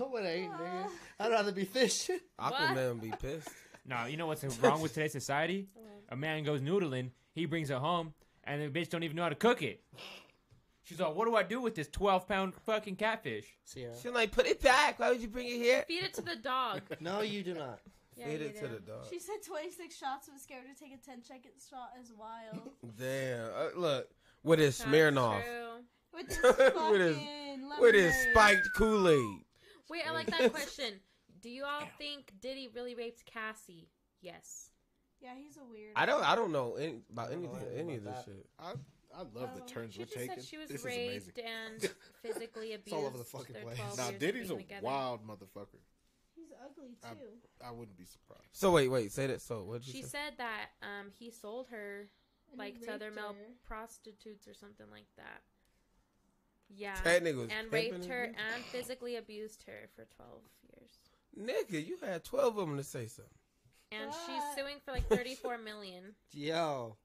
no one ain't, nigga. I'd rather be fishing. Aquaman be pissed. No, you know what's wrong with today's society? A man goes noodling, he brings it home, and the bitch don't even know how to cook it. She's like, what do I do with this 12 pound fucking catfish? Sierra. She's like, put it back. Why would you bring it here? Feed it to the dog. No, you do not. Yeah, Feed you it to do. the dog. She said 26 shots was scared to take a 10 second shot as wild. Damn. Uh, look, with his That's Smirnoff, true. With this With his- fucking with his lemonade. spiked Kool Aid. Wait, I like that question. Do you all think Diddy really raped Cassie? Yes. Yeah, he's a weird. I don't. I don't know any, about I don't know anything. anything Any of this about that. shit. I, I love the Oh. turns She we're just taking. said she was this is raped amazing. and physically abused. It's all over the fucking their place. 12 Now years of Diddy's a being together. wild motherfucker. He's ugly I'm- too. I wouldn't be surprised. So wait, wait. Say that. So what? She you say? said that um, he sold her And like he to other raped male her. prostitutes or something like that. Yeah. That nigga was um, and pimping raped and her and physically abused her for 12 years. Nigga, you had twelve of them to say something. And What? she's suing for like 34 million. Yo.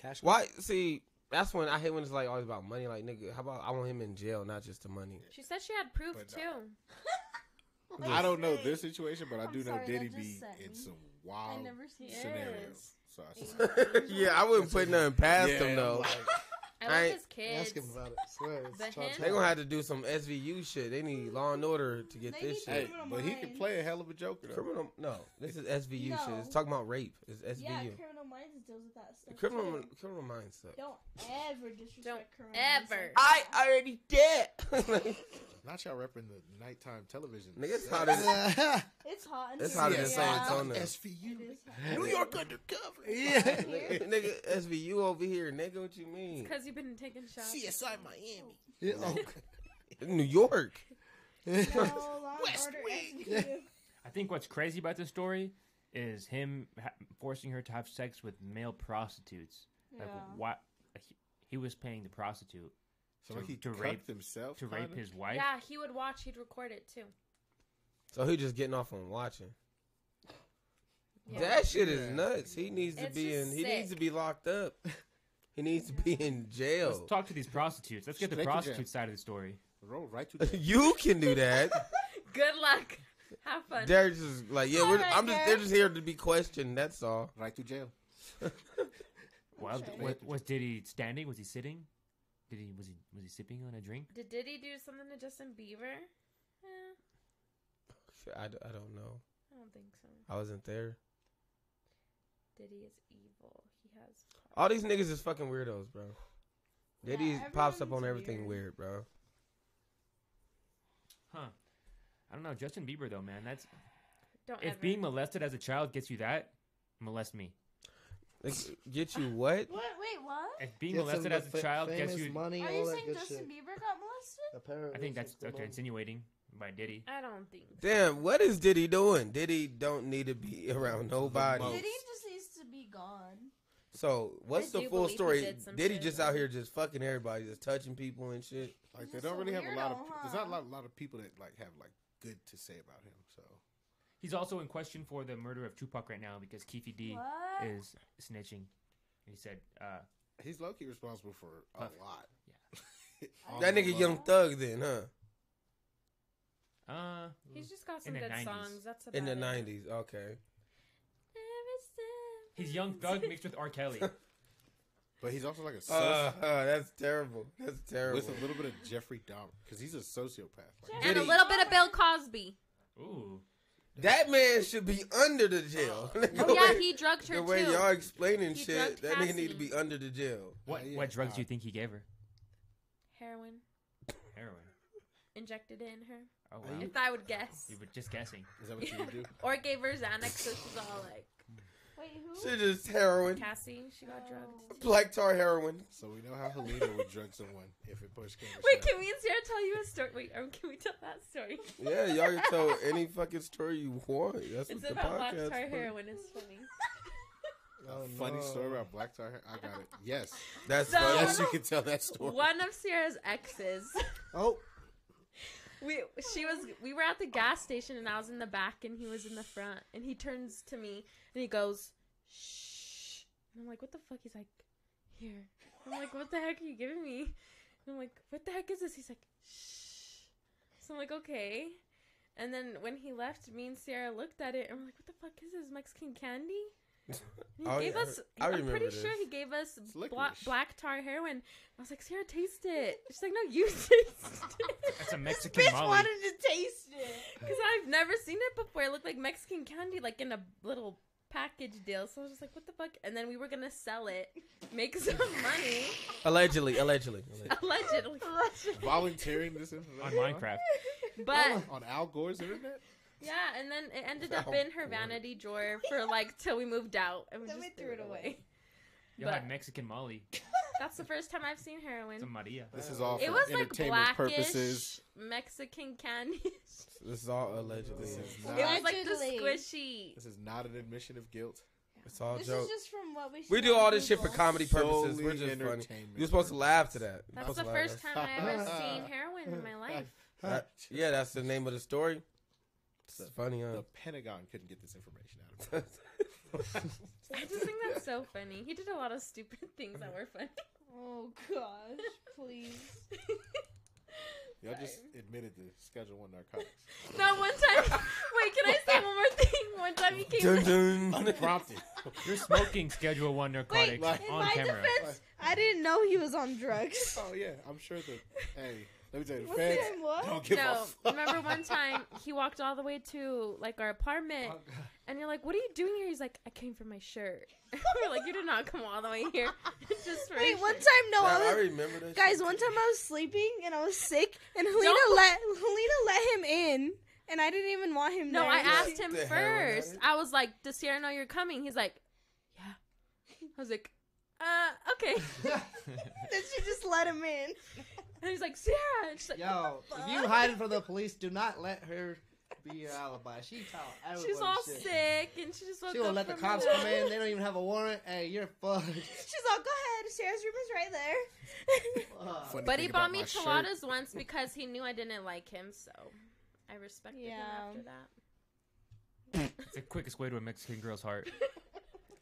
Cash. Why? See, that's when I hate when it's like always about money. Like nigga, how about I want him in jail, not just the money. She said she had proof But, uh, too. Like, I don't know say- this situation, but I I'm do know sorry, that Diddy just be set in me. some I wild never seen scenarios. So I Yes. said, yeah, I wouldn't put nothing past Yeah, them I'm though. like, I I- like his kids. Ask him about it. Swear, it's The tall hint- They gonna tale. have to do some SVU shit. They need Law and Order to get They this need to- shit. hey, Criminal but he can Minds. play a hell of a Joker though. Criminal? No, this is SVU shit. No. It's talking about rape. It's SVU. Yeah, Criminal Minds deals with that stuff. criminal, too. criminal mindset. Don't ever disrespect Don't Criminal Minds ever. like I that. already did. Not y'all repping the nighttime television. Nigga, it's hot as- It's hot. in It's here. hotter than Yeah. San Antonio. It SVU. is hot. New York undercover. Here? Yeah. nigga, SVU over here, nigga. What you mean? Because you've been taking shots. CSI Miami. Yeah, oh. New York. No, Law and West Order Wing. SVU. I think what's crazy about this story is him ha- forcing her to have sex with male prostitutes. Like, Yeah. what? He, he was paying the prostitute So like he To cucked rape- himself. to rape kinda? his wife. Yeah, he would watch, he'd record it too. So he just getting off on watching. Yeah. That shit Yeah. is nuts. He needs to It's be in. just He needs to sick. be locked up. He needs to be in Let's jail. talk to these prostitutes. Let's get the Straight to jail. prostitute side of the story. Roll right to jail. you can do that. Good luck. Have fun. They're just like, yeah, All we're, right, I'm just. They're Derek. just here to be questioned. That's all. Right to jail. Well, Okay. was, was did he standing? Was he sitting? Did he was he was he sipping on a drink? Did Diddy do something to Justin Bieber? Eh, I, d- I don't know. I don't think so. I wasn't there. Diddy is evil. He has. All these niggas is fucking weirdos, bro. Yeah, Diddy pops up everyone's on everything weird, weird. bro. Huh. I don't know. Justin Bieber though, man. That's Don't if ever. being molested as a child gets you that, molest me. Like, get you what? What? Wait, what? If being Gets him molested the as a fa- child gets famous you, money, Are all you that saying good Justin shit. Bieber got molested? Apparently, I think that's the okay, money. insinuating by Diddy. I don't think. Damn, what is Diddy doing? Diddy don't need to be around nobody. Oh. Most. Diddy just needs to be gone. So what's I the do full believe he story? did some Diddy shit. just out here just fucking everybody, just touching people and shit. Like they He's don't a really have a lot of. weirdo, pe- There's not a huh? lot, lot of people that like have like good to say about him. So He's also in question for the murder of Tupac right now because Keefe D What? is snitching. He said, uh, he's low key responsible for a Puffy. lot. Oh, that the nigga low. Young Thug then, huh? uh, He's just got In some the good 90s. songs. That's about In the it. nineties, okay. he's Young Thug mixed with R. Kelly. But he's also like a Uh, soci- uh, that's terrible. That's terrible. with a little bit of Jeffrey Dahmer because he's a sociopath. Like, Diddy. and a little bit of Bill Cosby. Ooh, That man should be under the jail. Oh yeah, he drugged her the way too. y'all explaining He shit, drugged that nigga need to Cassie. be under the jail. what Yeah, yeah. what drugs do you think he gave her? Heroin Heroin. injected in her. Oh Are wow, you- If I would guess, you were just guessing. is that what you would do? or gave her Xanax, so she's all like Wait, who? Shit is heroin, Cassie. She got drugged. black tar heroin. So we know how Helena would drug someone if it pushed came. to Wait, shove. can we and Sarah tell you a story? Wait, um, can we tell that story? Yeah, y'all can tell any fucking story you want. That's It's what the about black podcast. tar for. heroin. It's funny. A Oh, funny no. story about black tar hair. I got it. Yes, That's So- funny. yes, you can tell that story. One of Sierra's exes. Oh, We she was we were at the gas station and I was in the back and he was in the front and he turns to me and he goes, "Shh," and I'm like, "What the fuck?" He's like, "Here," I'm like, "What the heck are you giving me?" And I'm like, "What the heck is this?" He's like, "Shh," so I'm like, "Okay," and then when he left, me and Sierra looked at it and we're like, "What the fuck is this Mexican candy?" He Oh, gave yeah, I us. re- I I'm pretty remember sure this. he gave us bla- licorice. black tar heroin. I was like, Sarah, taste it. She's like, No, you taste it. That's a Mexican Bitch Molly. wanted to taste it. Because I've never seen it before. It looked like Mexican candy, like in a little package deal. So I was just like, What the fuck? And then we were gonna sell it, make some money, Allegedly, allegedly. allegedly. allegedly. Volunteering this On information Minecraft. Oh. But on Al Gore's internet. yeah, and then it ended That up in was her weird. vanity drawer for like till we moved out, and we Then just we threw it away. You'll have But- Mexican Molly. That's the first time I've seen It's a heroin. Maria. This is all for It was like entertainment blackish purposes. Mexican candy. This is all allegedly. This it It is not. was like the Allegedly. squishy. This is not an admission of guilt. It's all This joke. is just from what we. We see do on all this shit for Google. comedy purposes. Solely We're just funny. entertainment You're supposed to laugh to that. You're That's supposed the to laugh. first time I ever seen heroin in my life. That- yeah, that's the name of the story. It's funny, huh? The Pentagon couldn't get this information out of me. I just think that's so funny. He did a lot of stupid things that were funny. Oh gosh, please. Y'all just admitted to Schedule One narcotics That one time. Wait, can I say one more thing? One time he came. Dun, in- dun. unprompted. You're smoking Schedule 1 narcotics like- In on my camera. defense, I didn't know he was on drugs. oh yeah, I'm sure the. Hey, let me tell you, the What's feds his name, what? don't give a No, fuck. remember one time he walked all the way to like our apartment, and you're like, "What are you doing here?" He's like, "I came for my shirt." we're like, "You did not come all the way here, just for a Wait, shirt." one time, no, I I was, remember this. guys, one time I was sleeping and I was sick, and Helena Don't- let Helena let him in, and I didn't even want him. No, there. I She- asked him The heroin first. addict? I was like, "Does Sierra know you're coming?" He's like, "Yeah." I was like, "Uh, okay." Then she just let him in. And he's like, "Sierra," and she's like, Yo, if you hiding from the police, do not let her be your alibi. She tell everyone "She's all shit. sick, and she just woke She up." won't let the from cops the- come in. They don't even have a warrant. Hey, you're fucked. She's all, go ahead. Sarah's room is right there. Fuck. Funny But thing he about bought me my shirt- chihuahuas once because he knew I didn't like him, so I respected Yeah. him after that. It's the quickest way to a Mexican girl's heart.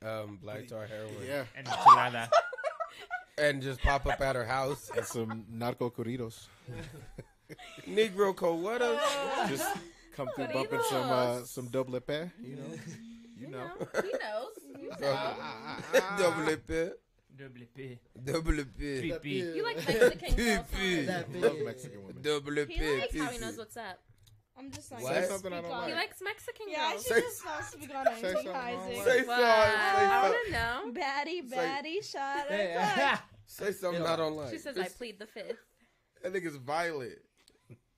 Um, black tar heroin. Yeah, And chilada. And just pop up at her house. and some narco corridos. Negro Coetta. Just come through bumping some uh, Corridos. some doble pe, you know, you know. he knows. You Ah, know. Double P. Double P. Double P. Three P. You like Mexican girls. Pee-pee. huh? That Love bitch. Mexican women. Double P. He likes how he knows what's up. I'm just not What? gonna Say speak something I don't on like. He it. likes Mexican Yeah, I girls. should Say- just not speak on say anything, something I don't Isaac. like. Say Wow. I sorry. want to know. Baddie, Say- baddie, shot. Hey, o'clock. Say, say something I don't like. She says, "I plead the fifth. That nigga's violent.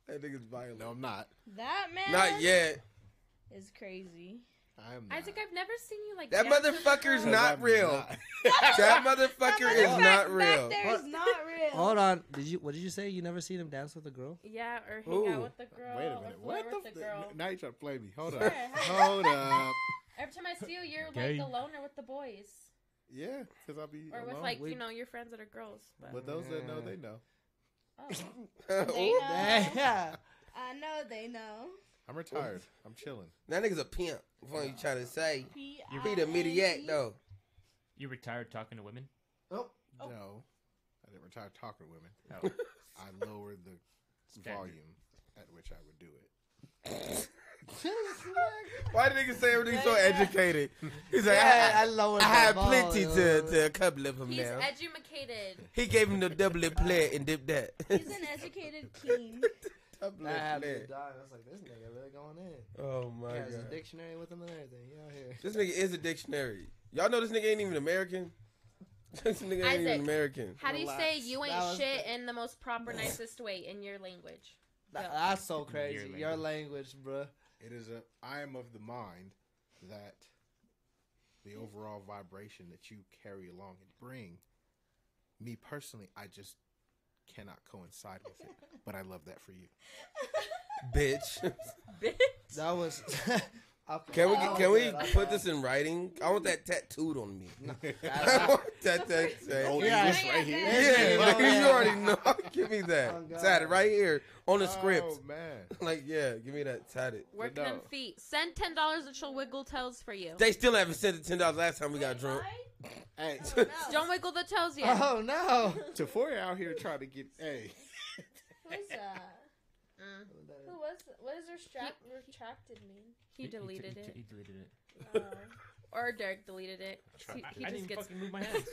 That nigga's violent. No, I'm not. That man Not yet. is crazy. I am. Not. Isaac, I've never seen you like That that. motherfucker's Because not I'm real. not. That motherfucker is Motherfucker not Back real. there is not real. Hold on. Did you? What did you say? You never seen him dance with a girl? Yeah, or hang Ooh. out with the girl. Wait a or minute. flirt What the? with f- the girl. Now you trying to play me? Hold Sure. up. Hold up. Every time I see you, you're Gay. like the loner with the boys, Yeah, because I'll be or alone. with like we- you know your friends that are girls. But, But those that know, they know. oh. They Ooh. know. Yeah. I know they know. I'm retired. I'm chilling. That nigga's a pimp. What are you trying to say? He P-I-M-P. the mediac though. You retired talking to women? Oh. No, I didn't retire talking to women. Oh. I lowered the Standard. volume at which I would do it. Why the nigga say everything so educated? He's like, Yeah, I, I lowered. I, I my had ball. plenty to, to a couple of them He's now. educated. he gave him the double plate and dipped that. He's an educated king. Double I had to plate. die. I was like, this nigga really going in. Oh my He has a god. dictionary with him and everything. He out here. This nigga is a dictionary. Y'all know this nigga ain't even American. this nigga ain't even Isaac. American. How do you say Relax. you That ain't was shit in the most proper, nicest way in your language? That- Go. that's so crazy. Your Your language, bruh. It is a. I am of the mind that the overall vibration that you carry along and bring. Me personally, I just cannot coincide with it. But I love that for you. Bitch. Bitch. That was. Oh, Okay, Can we that was can we good. I put thought- this in writing? I want that tattooed on me. I I- want that tattooed. Old Yeah. Oh, English right here. Yeah, Yeah. nigga, you already know. give me that. Oh, God. tatted right here on the Oh script. man. Like, yeah, give me that tatted. Work no. them feet. Send ten dollars and she'll wiggle toes for you. They still haven't sent the ten dollars last time we got drunk. Hey, Don't wiggle the toes yet. Uh-huh. Oh no. Tafoya out here trying to get. Hey, Who's that? Mm. Who was? What does retract, retracted mean? He deleted he, it. He deleted it. Oh. or Derek deleted it. Try- He, I, I he didn't just even gets. fucking move my hands.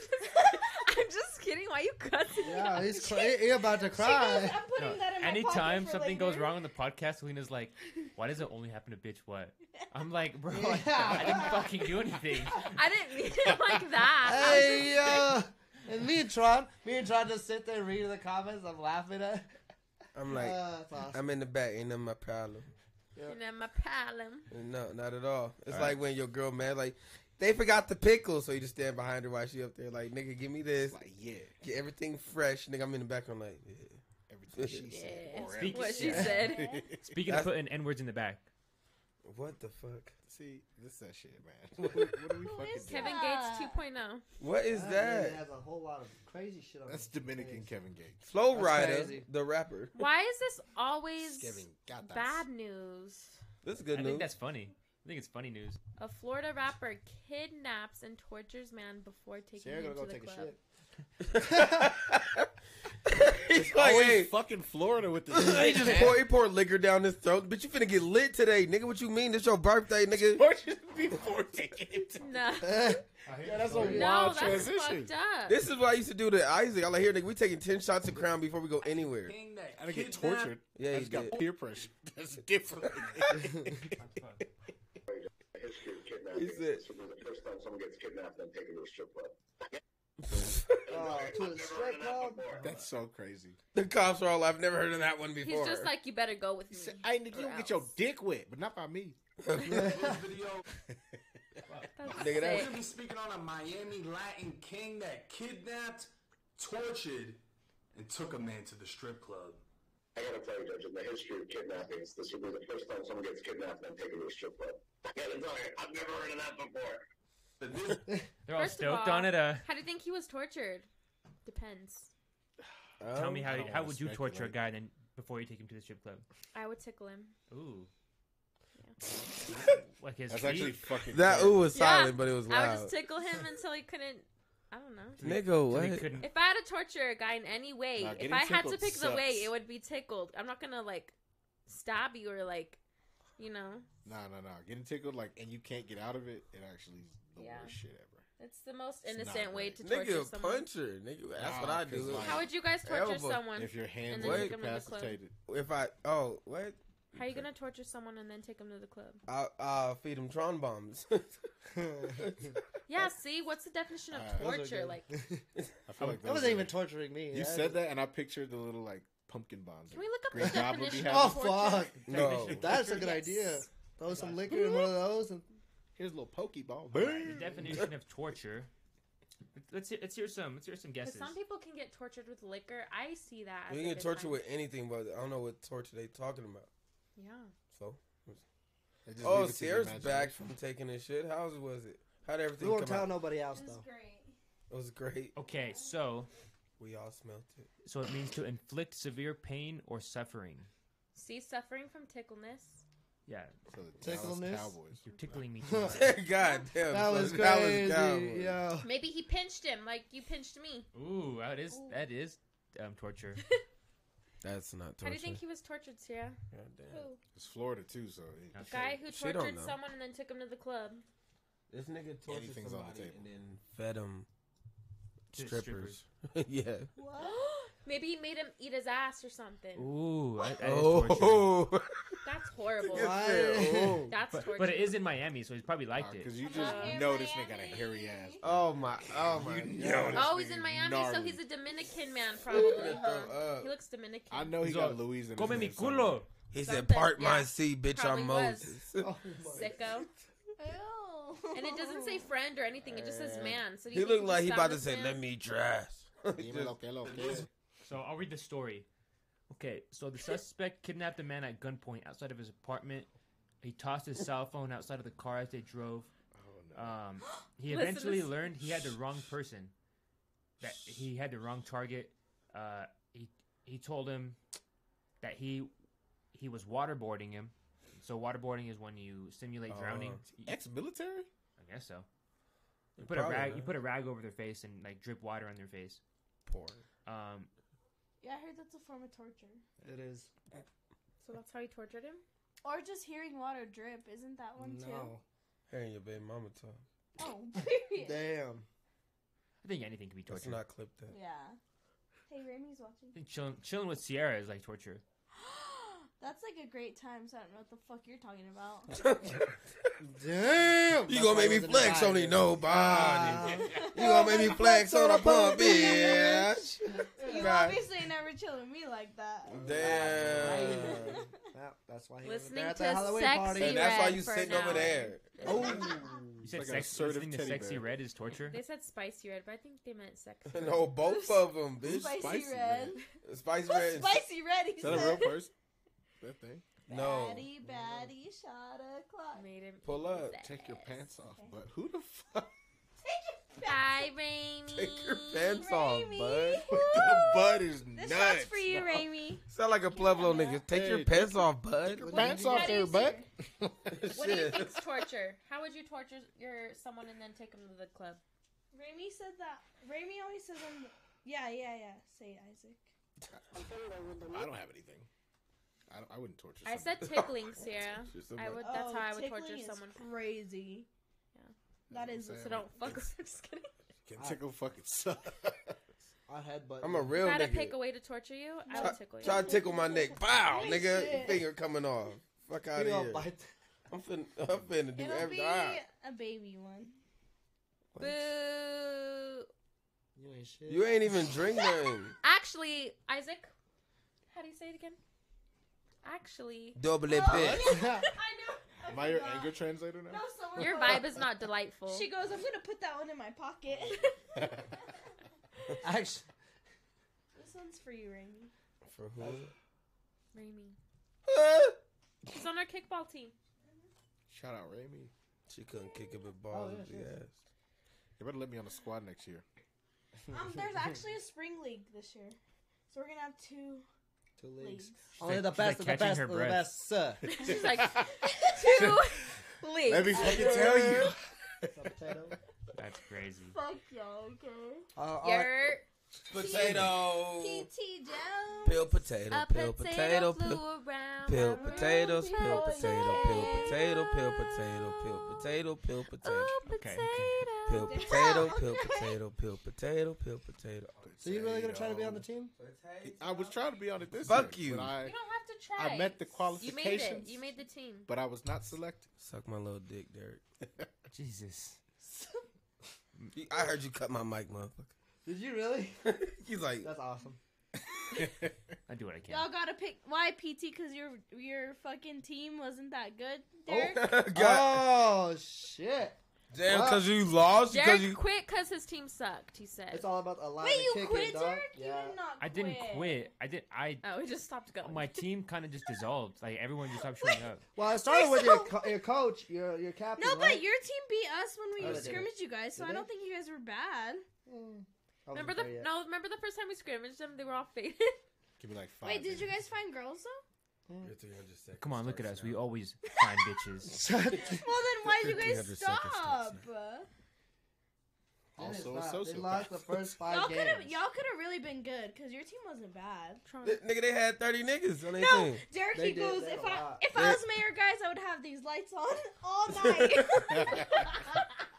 I'm just kidding. Why you cussing? me Yeah, out? he's cra- he, he about to She cry. goes, I'm putting No, that in my anytime pocket for something goes later." wrong on the podcast, Lena's like, "Why does it only happen to bitch what?" I'm like, "Bro, Yeah. I didn't fucking do anything." I didn't mean it like that. I was just hey, uh, and me and Tron, me and Tron just sit there reading the comments. I'm laughing at. I'm like, uh, it's awesome. I'm in the back, ain't nothing my problem. And then my problem. No, not at all. It's All like when your girl mad, like they forgot the pickles, so you just stand behind her while she up there, like nigga, give me this, It's like, yeah, get everything fresh, nigga. I'm in the background, like yeah. everything she said. Yeah. or Speak- What she everything. said. Speaking of That's- putting n words in the back, what the fuck? See, this that shit, man. What, what are we fucking is doing? Kevin Yeah. Gates oh. 2.0. What is That that? man has a whowhole lot of crazy shit on That's his Dominican face. Kevin Gates. Flow That's Rider, crazy. the rapper. Why is this always Kevin got that. bad news? This is good I news. think that's funny. I think it's funny news. A Florida rapper kidnaps and tortures man before taking Sarah gonna him to go the take a club. shit. He's like, Always hey, fucking Florida with this. he shit, just man. pour, he pour liquor down his throat. Bitch, you finna get lit today, nigga. What you mean? This your birthday, nigga. Tortured before taking him to- No, Yeah, that's a no, wild that's transition. fucked up. This is what I used to do to Isaac. I'm like, here, nigga, we taking ten shots of Crown before we go anywhere. I didn't get tortured. Yeah, I he just got did. peer pressure. That's different. Uh, history of He kidnapping. said- This will be the first time someone gets kidnapped and taken to a strip club. Oh, to the strip club. That's so crazy. the cops are all. I've never heard of that one He's before. just like, you better go with He me. said, "Hey, nigga, you Or gonna get your else." dick wet, but not by me." That's Nigga, that's- sick. speaking on a Miami Latin king that kidnapped, tortured, and took a man to the strip club. I gotta tell you, Judge, in the history of kidnappings, this will be the first time someone gets kidnapped and taken to a strip club. I gotta tell you, I've never heard of that before. But this They're all First of stoked all, on it. Uh, How do you think he was tortured? Depends. Um, tell me how Oh, I don't how wanna would you torture a speculate. guy then before you take him to the strip club? I would tickle him. Ooh. like his That's feet? actually fucking. that ooh was Yeah, silent, but it was I would loud. just tickle him until he couldn't. I don't know. Nigga, So what? he couldn't. If I had to torture a guy in any way, Nah, if getting I had to tickled pick the way, sucks. it would be tickled. I'm not gonna like stab you or like, you know. No, no, no. Getting tickled like and you can't get out of it. It actually is the Yeah. worst shit ever. It's the most It's not innocent way great. to torture Nigga, someone. punch her. Nigga, that's Nah, what I 'cause do. like- How would you guys torture Elbow. someone? If your hands then are take 'em to the club. incapacitated, If I oh what? How are you gonna torture someone and then take them to the club? I I feed him Tron bombs. Yeah, see, what's the definition of Uh, Alright. Those Those are torture? good. Like, I feel like that those wasn't are- even torturing me. You That said was- that, and I pictured the little like pumpkin bombs. can we look up Green the Goblin be definition having- Oh of torture? fuck! no, That's a good idea. Yes. Throw some liquor in one of those and Here's a little pokeball. Alright, the Boom. definition of torture. Let's hear, let's hear some. Let's hear some 'Cause guesses. some people can get tortured with liquor. I see that. as you a can get good torture time. with anything, but I don't know what torture they talking about. Yeah. So They just leave oh, it to Sierra's the back imagination. from taking this shit. How was it? How'd we everything won't come tell out? nobody else It was though. great. It was great. Okay, so We all smelt it. so it means to inflict severe pain or suffering. See, suffering from tickleness. Yeah, So the Dallas Tickleness. Cowboys. you're tickling me. Too That much. God damn. That was son. crazy. Cowboys. yo. Maybe he pinched him like you pinched me. Ooh, that is that is um, torture. That's not How do torture. you think he was tortured, Sierra? God damn. Who? It's Florida too, so it- Not The guy who She don't tortured know. someone and then took him to the club. This nigga tortured Anything's on the somebody table. and then fed him To strippers. yeah. Maybe he made him eat his ass or something. sure. Ooh, that, that is torture. Oh. That's horrible. Why? oh. That's But, torture. but it is in Miami, so he's probably Ah, liked it. because you just Uh, know this nigga got a hairy ass. Oh my. Oh my. You know God. this Oh, he's nigga in Miami, so gnarly. he's a Dominican man, Gonna probably. throw up. He looks Dominican. I know he He's got all, Louis in his Come mi name somewhere. culo. He said, Something, "Part my yeah. sea, bitch. Probably I'm was. Moses." Oh, my Sicko. Ew. And it doesn't say friend or anything. It just says man. So do you he think looked like he just about found to this say, man? "Let me dress." Dímelo, que lo que. So I'll read the story. Okay, so the suspect kidnapped a man at gunpoint outside of his apartment. He tossed his cell phone outside of the car as they drove. Oh, Um, he Listen to eventually this. learned he had the wrong person. That he had the wrong target. Uh, he he told him that he he was waterboarding him. So waterboarding is when you simulate drowning. Oh. I Ex-military? guess so. You put a Probably, rag huh? you put a rag over their face and like drip water on their face. Poor. Um, Yeah, I heard that's a form of torture. It is. So that's how he tortured him? Or just hearing water drip. Isn't that one too? No. Hearing your baby mama talk. Oh, period. Damn. I think anything can be Let's torture. not clip that. yeah. Hey, Remy's watching. I think chilling, chilling with Sierra is like torture. That's like a great time, so I don't know what the fuck you're talking about. Damn. you gonna make me flex on it, Ah. nobody. You gonna make me flex on a pump, bitch. you Right. obviously never chill with me like that. Damn. That, that's why he was Listening there at to that Halloween sexy And party. that's why Red you for sitting an over hour. there. Oh. You said Like an sex, assertive listening to teddy sexy bear. red is torture. They said spicy red, but I think they meant sexy. No, both of them, bitch. Spicy, spicy red. Spice red. and- spicy red. He Is that a real said. person? That thing. No. Baddie, baddie, shot o'clock. Made him Pull up. Take your pants off, but who the fuck? Bye, Rainy. Take your Mm, pants off, Raimi. bud. the butt is This one's nuts. for you, Raimi. Sound like a Pueblo nigga. Take your Hey, pants off, bud. Your What pants off do you there, see? butt. What do you Shit. think's torture? How would you torture your someone and then take them to the club? Raimi said that. Raimi always says, I'm... "Yeah, yeah, yeah." Say Isaac. I don't have anything. I, don't, I wouldn't torture. I said somebody. tickling, Sarah. Torture somebody. I would. That's Oh, how I would tickling torture is someone. Crazy. Yeah. That is. That's So don't fuck. with- I'm just kidding. Can tickle fucking suck. I headbutt. I'm a real Try to nigga. pick a way to torture you. I Try- would tickle you. Try to tickle my neck. Bow, Holy nigga. shit. Finger coming off. Fuck out of We all here. bite- I'm finna, I'm finna do It'll be everything. Ah. a baby one. Boo. You ain't shit. You ain't even drink nothing. Actually, Isaac. How do you say it again? Actually, Double Oh, it, bitch. Yeah. I Am I your forgot. anger translator No, so we're your both- vibe is not delightful. She goes, "I'm gonna put that one in my pocket." now? Actually, this one's for you, Raimi. For who? Raimi. Ah. She's on our kickball team. Shout out Raimi. She couldn't kick up a ball Oh, yeah, up the yeah. ass. You better let me on the squad next year. Um, there's actually a spring league this year, so we're gonna have two two leagues. leagues. Only like- the she's like best of the catching best her of the breath. best, sir. She's like two Let leagues. me fucking tell you. Potato. That's crazy. Fuck y'all, okay? Uh, all right. You're Potato. PT Jones. Peel potato. a Peel potato. potato, flew Peel around. peel my room. potatoes. Peel Peel potato. Peel potato. Peel potato. potato. Peel potato. Peel potato. Ooh, Okay, okay. Peel potato. potato. Peel Okay. potato. Peel potato. Peel potato. So you really gonna try to be on the team? I was trying to be on it this Fuck year, you. but You I, don't have to I try. met the You made it. qualifications, You made the team. but I was not selected. Suck my little dick, Derek. Jesus. I heard you cut my mic, motherfucker. Did you really? He's like, That's awesome. I do what I can. Y'all gotta pick why PT because your your fucking team wasn't that good. Derek, God Oh shit! damn, because you lost, because Jared you quit because his team sucked. He said. It's all about a lot. wait, you kicking, quit, dog. Derek? Yeah. You did not. I didn't quit. I did. I oh, he just stopped going. my team kind of just dissolved. Like everyone just stopped showing up. Well, it started with your so- co- your coach, your your captain. No, right? but your team beat us when Oh, we they did. scrimmaged you guys, Did so I they? don't think you guys were bad. Mm. I wasn't Remember the there yet. no? Remember the first time we scrimmaged them? They were all faded. Give me like five. Wait, did you minutes. guys find girls though? Your 300 seconds Come on, look at starts us. We now. always find bitches. Well, then why did you 300 guys seconds, stop? that's Also They a lost- They sociopath. lost the first five Y'all could games. have y'all could have really been good because your team wasn't bad. Th- nigga, they had 30 niggas on their No, team. Derek, They he did- goes, they had if a I lot. if I was mayor, guys, I would have these lights on all night.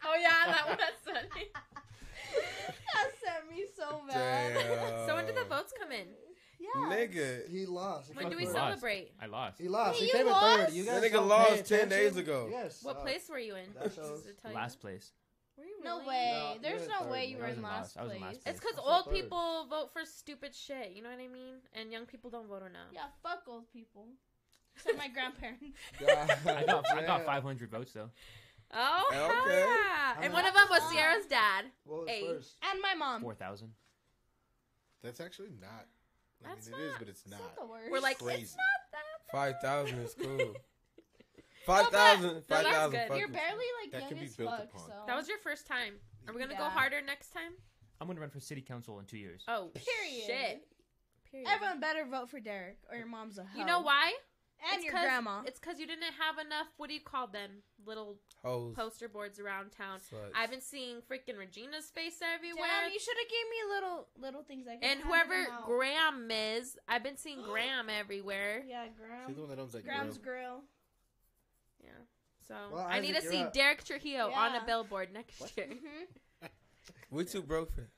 oh yeah, that was funny. that sent me so bad. Damn. so when did the votes come in? Yeah. Nigga. He lost. When do we Lost. celebrate? I lost. He lost. He Hey, you came in lost? third. You guys That nigga don't lost pay 10 attention? days ago. Yes. What uh, place were you in? that shows- Does it tell you? Last place. Were you No really? way. No, There's you're no third, way man. you I were was in in last last- I was place. in last It's because That's old the third. people vote for stupid shit. You know what I mean? And young people don't vote enough. Yeah, fuck old people. Except my grandparents. I got I got Yeah. 500 votes though. Oh hell Okay. yeah! I'm And one not- of them was Uh, Sierra's dad. What was Eight. first? And my mom. 4,000. That's actually not. I That's mean, it is, not- but it's It's not. not the worst. We're like, Crazy. it's not that. 5,000 is cool. but- 5,000. that's 5,000. good. fuck you're it. barely like That young can be as built fuck. upon. So That was your first time. Are we gonna go Yeah. harder next time? I'm gonna run for city council in two Um, years. Oh Period. shit! Period. everyone better vote for Derek or your mom's a hoe. you know why? And It's your 'cause- grandma. It's because you didn't have enough. What do you call them? Little Hoes. poster boards around town. Sluts. I've been seeing freaking Regina's face everywhere. Damn, you should have gave me little little things I could and hand whoever them out. Graham is, I've been seeing Graham everywhere. Yeah, She's the Graham. one that owns that Graham's grill. grill. Yeah. So Well, I need to Isaac, see you're up. Derek Trujillo on a Yeah. billboard next year. Mhm. We too broke for that.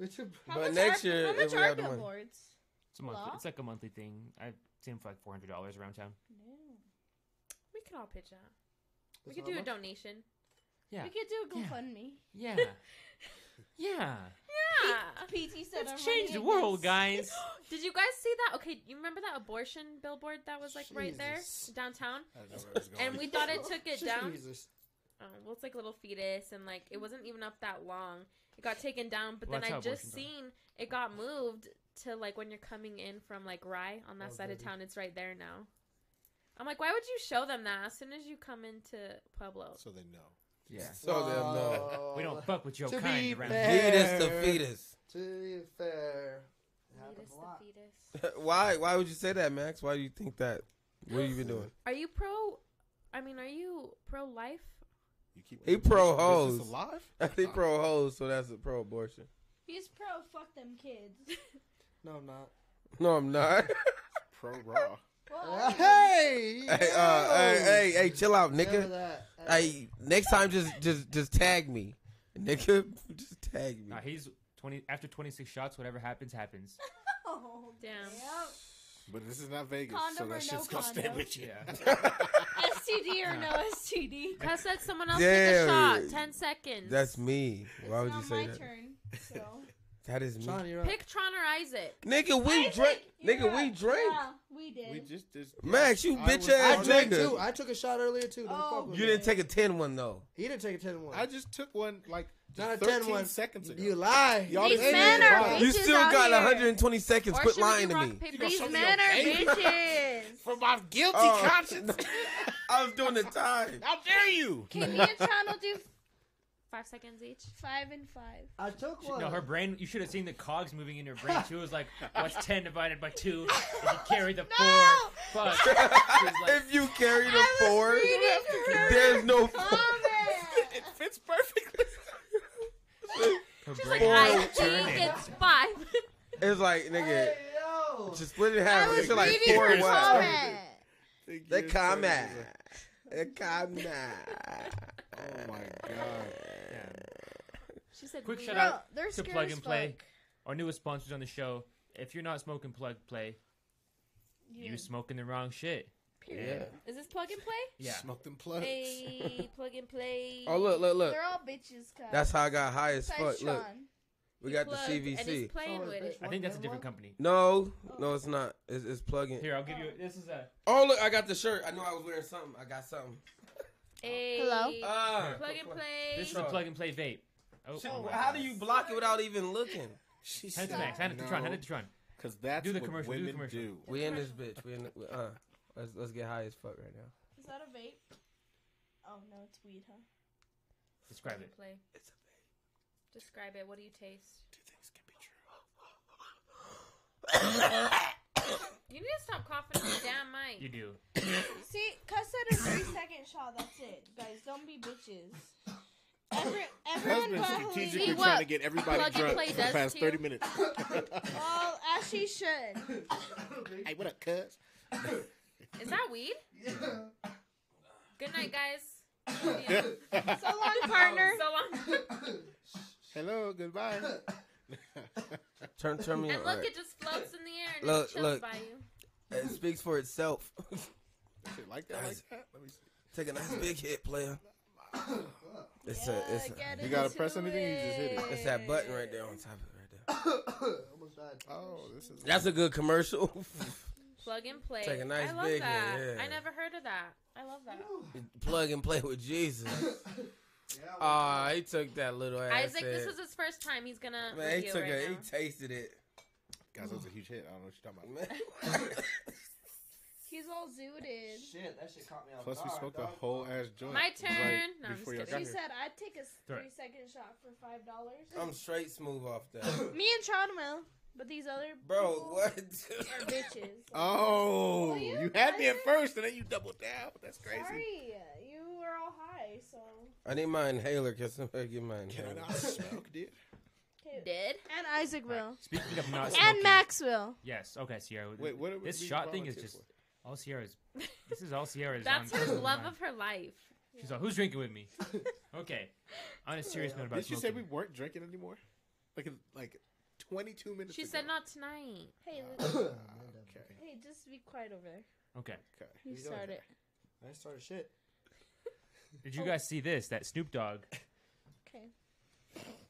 It's a- How But much next are, year, how if much we are have the money. billboards? It's a monthly, Law? It's like a monthly thing. I've seen for like four hundred dollars around town. We could all pitch out. We That's could not do a much. donation. Yeah. We could do a Yeah. GoFundMe. Yeah, yeah. Yeah. PT said, Let's I'm change the running world, against- guys. Did you guys see that? Okay, you remember that abortion billboard that was like right there Jesus. downtown? I don't know where it's going. And we thought it took it down. Jesus. Oh, well, it's like a little fetus, and like it wasn't even up that long. It got taken down, but Well, then that's I how just abortions seen it got moved to like when you're coming in from like Rye on that Oh, side of goody. town. It's right there now. I'm like, why would you show them that as soon as you come into Pueblo? so they know. Yeah. So uh, they'll know. Well, We don't fuck with your To be kind around here. fair- Fetus to fetus. To be fair, it happens Fetus a the lot. fetus. Why? Why would you say that, Max? Why do you think that? What have you been doing? Are you pro? I mean, are you pro life? You keep He pro Is hoes. this alive? I think pro hoes, so that's a pro abortion. He's pro. Fuck them kids. No, I'm not. No, I'm not. Pro raw. Well, Hey! hey, uh, hey, hey, hey, chill out, Remember nigga. that. Hey, next time, just, just, just tag me, nigga. Just tag me. Nah, he's twenty after twenty six shots. Whatever happens, happens. oh, Damn. But this is not Vegas, so Condom or that shit's no gonna stay condom? with you. STD or no STD? Cuss said someone else Damn. take a shot. Ten seconds. That's me. Why would now you say my that? turn. So That is me, Sean, you're up. Pick Tron or Isaac. nigga. We Isaac, drink, you're nigga. We up. drink. Yeah, we did. We just, just Max, you I bitch was- I ass drank nigga. too. I took a shot earlier too. Don't Oh, fuck with You me. didn't take a 10 one though. He didn't take a 10 1. I just took one like Not a just 10 13 1. seconds ago. You lie. Y'all These just- men are Wow. bitches You still out got here. 120 seconds. Or Quit should we lying do to rock, me. paper, These scissors? men are Hey. bitches. for my guilty Oh. conscience. I was doing the time. How dare you? Okay, me and Sean will do Five seconds each. five and five. I took one. No, her brain. You should have seen the cogs moving in her brain. She was like, "What's ten divided by two? If you carry the four, fuck." She was like, if you carry the four, there's no four. It fits perfectly. her She's like, Oh, brain I was turning. think it's five. It's like, nigga, Hey, yo. just split it in half. It's like reading four her and one. Think The you're comment. crazy. The comment. Oh my god. She said, Quick we- shout Bro, out they're to scared Plug as and Play. fuck. Our newest sponsors on the show. If you're not smoking plug play, you smoking the wrong shit. Yeah. Is this plug and play? Yeah. Smoke them plugs. Hey, plug and play. Oh, look, look, look. They're all bitches. Kyle. That's how I got high as fuck. Besides Look, Sean. we got the Plugged, And CVC. he's playing Oh, with it's it. I think that's a different company. No, no, it's not. It's, it's plugging. Here, I'll give you. This is a. Oh, look, I got the shirt. I knew I was wearing something. I got something. Hey, Hello? Ah. Plug and play. This is a plug and play vape. Oh, Shit, oh my how God. do you block it without even looking? She Hand it to Max. Hand it to Tron. Hand it to Tron. Because that's Do the what commercial, do the women do. commercial. We in this bitch. We in. The, we- uh, let's let's get high as fuck right now. Is that a vape? Oh no, it's weed, huh? Plug Describe and it. play. It's a Describe it. What do you taste? Two things can be true. You need to stop coughing on the damn mic. You do. See, cuss at a three second shot. That's it, guys. Don't be bitches. Every, everyone Husband's but strategically Haley. what trying to get everybody plug and drunk play for the does past to you? 30 minutes. Well, as she should. hey, what up, cuz? Is that weed? Good night, guys. So long, partner. So long. Hello, goodbye. Turn turn me And on. look, Alright. it just floats in the air and Look, it chills look. by you. It speaks for itself. Shit, like that, like that. Let me see. Take a nice big hit, player. It's a it's a, Get You gotta into press anything, you just hit it. it's that button right there on top of it right there. Almost died. Oh, this is. That's a good commercial. Plug and play. Take a nice I love big one, that. yeah. I never heard of that. I love that. Plug and play with Jesus. Ah, he took that little ass. Isaac, this head. was his first time. He's gonna man. He review took right it. now. He tasted it. Guys, that was a huge hit. I don't know what you're talking about. Man. He's all zooted. Shit, that shit caught me off Plus, we guard, smoked a dog. whole ass joint. My It was like turn. No, I'm before just y'all kidding. got She here. said, "I'd take a Throw it. three second shot for five dollars." I'm straight smooth off that. Me and Sean will, but these other Bro, people what? are bitches. Oh, Will you? you had me at Isaac? first, and then you doubled down. That's crazy. Sorry, you were all high, so I need my inhaler. Can somebody get my Can I inhaler? not smoke, dude? okay. Did? And Isaac will, Speaking of not smoking. and Max will. Yes. Okay, Sierra. Wait, what are we this we shot thing is volunteer just for? all Sierra's. This is all Sierra's. That's on- her love of her life. She's like, "Who's drinking with me?" okay, on a serious note about Did you say we smoking. weren't drinking anymore? Like like twenty two minutes. She ago. said not tonight. Hey, Ah, let's- okay. hey, just be quiet over there. Okay, Okay. You He's doing start it. it. I started shit. did you guys see this? That Snoop Dogg Okay.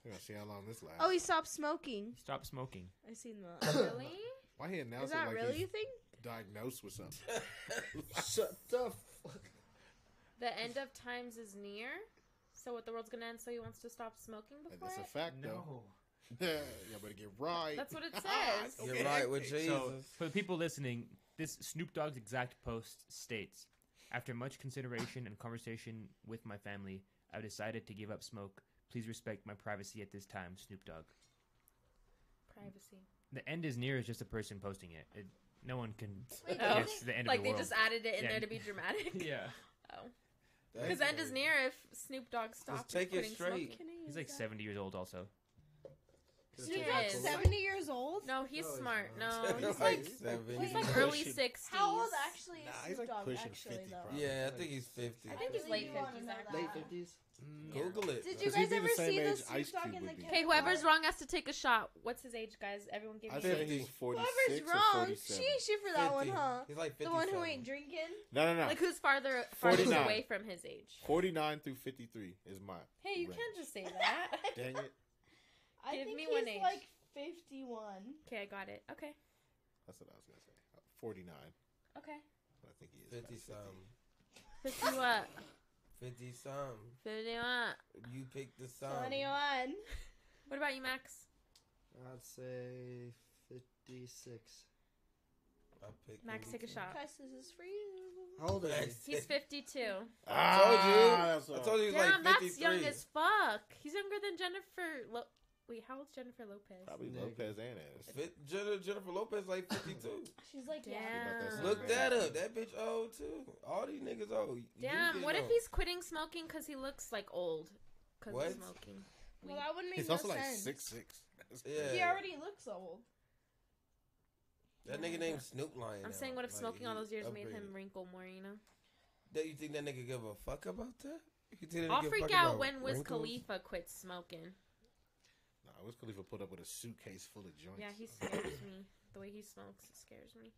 We're gonna see how long this lasts. Oh, he stopped smoking. stopped smoking. I seen that. Really? Why he Is announced it that like really a he's thing? diagnosed with something? Shut the fuck. the end of times is near. So what the world's gonna end? So he wants to stop smoking And before that's a it? fact, though. Y'all better get right. That's what it Ah, says. don't You're get right with hectic. Jesus. So, for the people listening, this Snoop Dogg's exact post states After much consideration and conversation with my family, I've decided to give up smoke. Please respect my privacy at this time, Snoop Dogg. Privacy. The end is near is just a person posting it. it no one can. Wait, Oh. Yes, the end of Like the they world. just added it in Yeah. there to be dramatic. yeah. Because end is near if Snoop Dogg stops take it quitting straight. smoking. He's like 70 years old, also. Snoop Snoop Dogg Dogg's is. seventy years old. No, he's No, he's smart. not. No, Oh, he's He's like like seventy. he's He's like early pushing- sixties. How old actually is Nah, he's Snoop like Dog? pushing actually, 50 though. probably. yeah, I think he's fifty. I think he's Really late do wanna fifties. know actually. that. Late fifties. Google it. Did you Does he guys be the ever same see the age Snoop Ice Dogg Cube in the would be? Okay, Kevin whoever's Hart? wrong has to take a shot. What's his age, guys? Everyone give me. I a said shot. he's forty Whoever's six or wrong, forty she seven. ain't shit for that one, 50. huh? He's like fifty. The one who ain't drinking. No, no, no. Like who's farther farthest 49. away from his age? forty nine through fifty three is mine. Hey, you Right. can't just say that. Dang it, I Give think me he's one age. like fifty-one. okay, I got it. Okay, that's what I was gonna say. Forty nine. okay. I think he is about Fifty some. 50 what? Fifty some. 50 what? You pick the sum. Twenty-one. Uh, What about you, Max? I'd say fifty-six. I pick Max, the take a weekend. shot. Guys, this is for you. How old are you? Max, He's 52. I Ah, that's told you. what I told you he's Damn, like that's young fifty-three. as fuck. He's younger than Jennifer. Lo- Wait, how old's Jennifer Lopez? Probably Nigga. Lopez and Addis. Fit- Jennifer, Jennifer Lopez like fifty-two. She's like, Damn. yeah. Yeah. Look that up. That bitch old too. All these niggas old. You Damn, get what if old. he's quitting smoking because he looks like old? Because What? he's smoking. Well, that wouldn't make He's no also like sense. six six. Yeah. He already looks old. That nigga named Snoop Lion. I'm now. saying what if Like, smoking he all those years made upgraded. him wrinkle more, you know? That you think that nigga give a fuck about that? You think that I'll nigga give a freak fuck out about when Wiz wrinkles? Khalifa quits smoking. Nah, I was Khalifa put up with a suitcase full of joints. Yeah, he scares me. The way he smokes it scares me.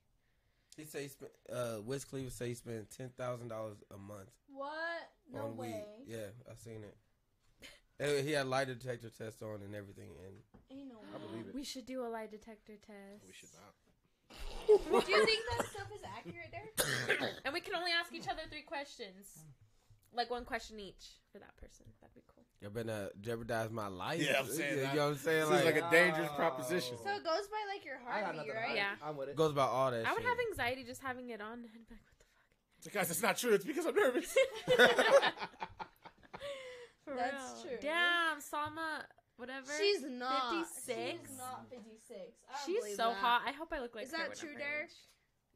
He say he spent. Uh, Wiz Khalifa say he spent ten thousand dollars a month What? No on way. weed. Yeah, I seen it. And he had lie detector test on and everything, and Ain't no I way. believe it. We should do a lie detector test. We should not. Do you think that stuff is accurate there? And we can only ask each other three questions. Like one question each for that person. That'd be cool. you better not jeopardize my life. Yeah, I'm saying you that. know what I'm saying. Seems Like, oh. like a dangerous proposition. So it goes by like your I got heartbeat, nothing. right? I'm- Yeah. I'm with it it. goes about all that. I would shit. have anxiety just having it on and be like, what the fuck? So guys, it's not true. It's because I'm nervous. For That's true. Damn, Salma, whatever. She's not. 56? She's not 56. I don't She's believe so that. hot. I hope I look like Is her that when true, I'm her Derek? age.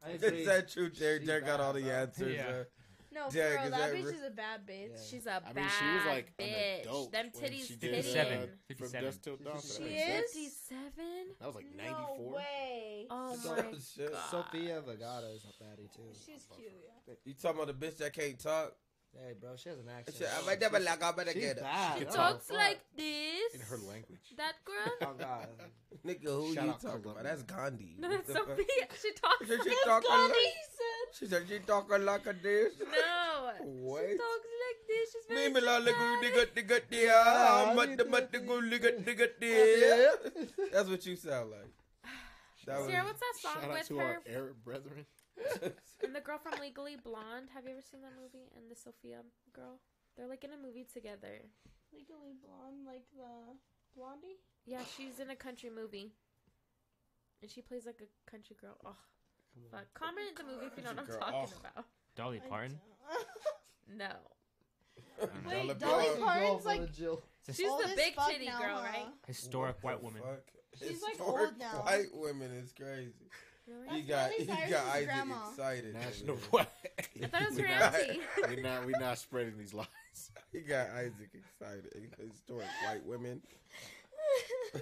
I agree. Is that true, Jerry? She's Jerry got all bad, the bro. answers. Yeah. uh, No, for Derek, real, is that that bitch re- is a bad bitch. She's a I bad mean, she was like an bitch. adult. Them when titties she did, titties. uh, 57. from 57. Dust Till Dawn. She for She herself. is? 57? That was like no 94. way. Oh So- my shit. god. Sophia Vergara is a baddie too. She's cute, yeah. You talking about the bitch that can't talk? Hey, bro, she has an accent. Oh, Shit, I might never like. I better She's get her. bad. She Oh, Talks fuck. like this. In her language. That girl? Oh God. Nigga, who Shout you out talking Colombia. about? That's Gandhi. No, What that's the fuck? Sophia. She talks She, like she talking like, Gandhi she said she talking like a this. No. What? She talks like this. She's very Me me la la goo excited. digga digga dia, Yeah, mata you mata do. goo digga digga Oh, dia. That's what you sound like. That Sierra, what's that song Shout out with to her our Arab brethren. and the girl from Legally Blonde? Have you ever seen that movie? And the Sophia girl? They're like in a movie together. Legally blonde, like the blondie? Yeah, she's in a country movie. And she plays like a country girl. Oh, fuck. Comment the movie if you know what I'm Country girl, talking oh. about. Dolly I Parton? don't. No. Dolly Wait, Dolly Parton. Parton's like Jill. It's a She's old the as big fuck titty now, girl, huh? right? Historic white woman. She's, like, Historic old now. White women is crazy. Really? He That's got Miley he got Cyrus's Isaac grandma. excited. National over what? I thought it was her We're not- auntie. we're not we're not spreading these lies. there. He got Isaac excited. Historic white women.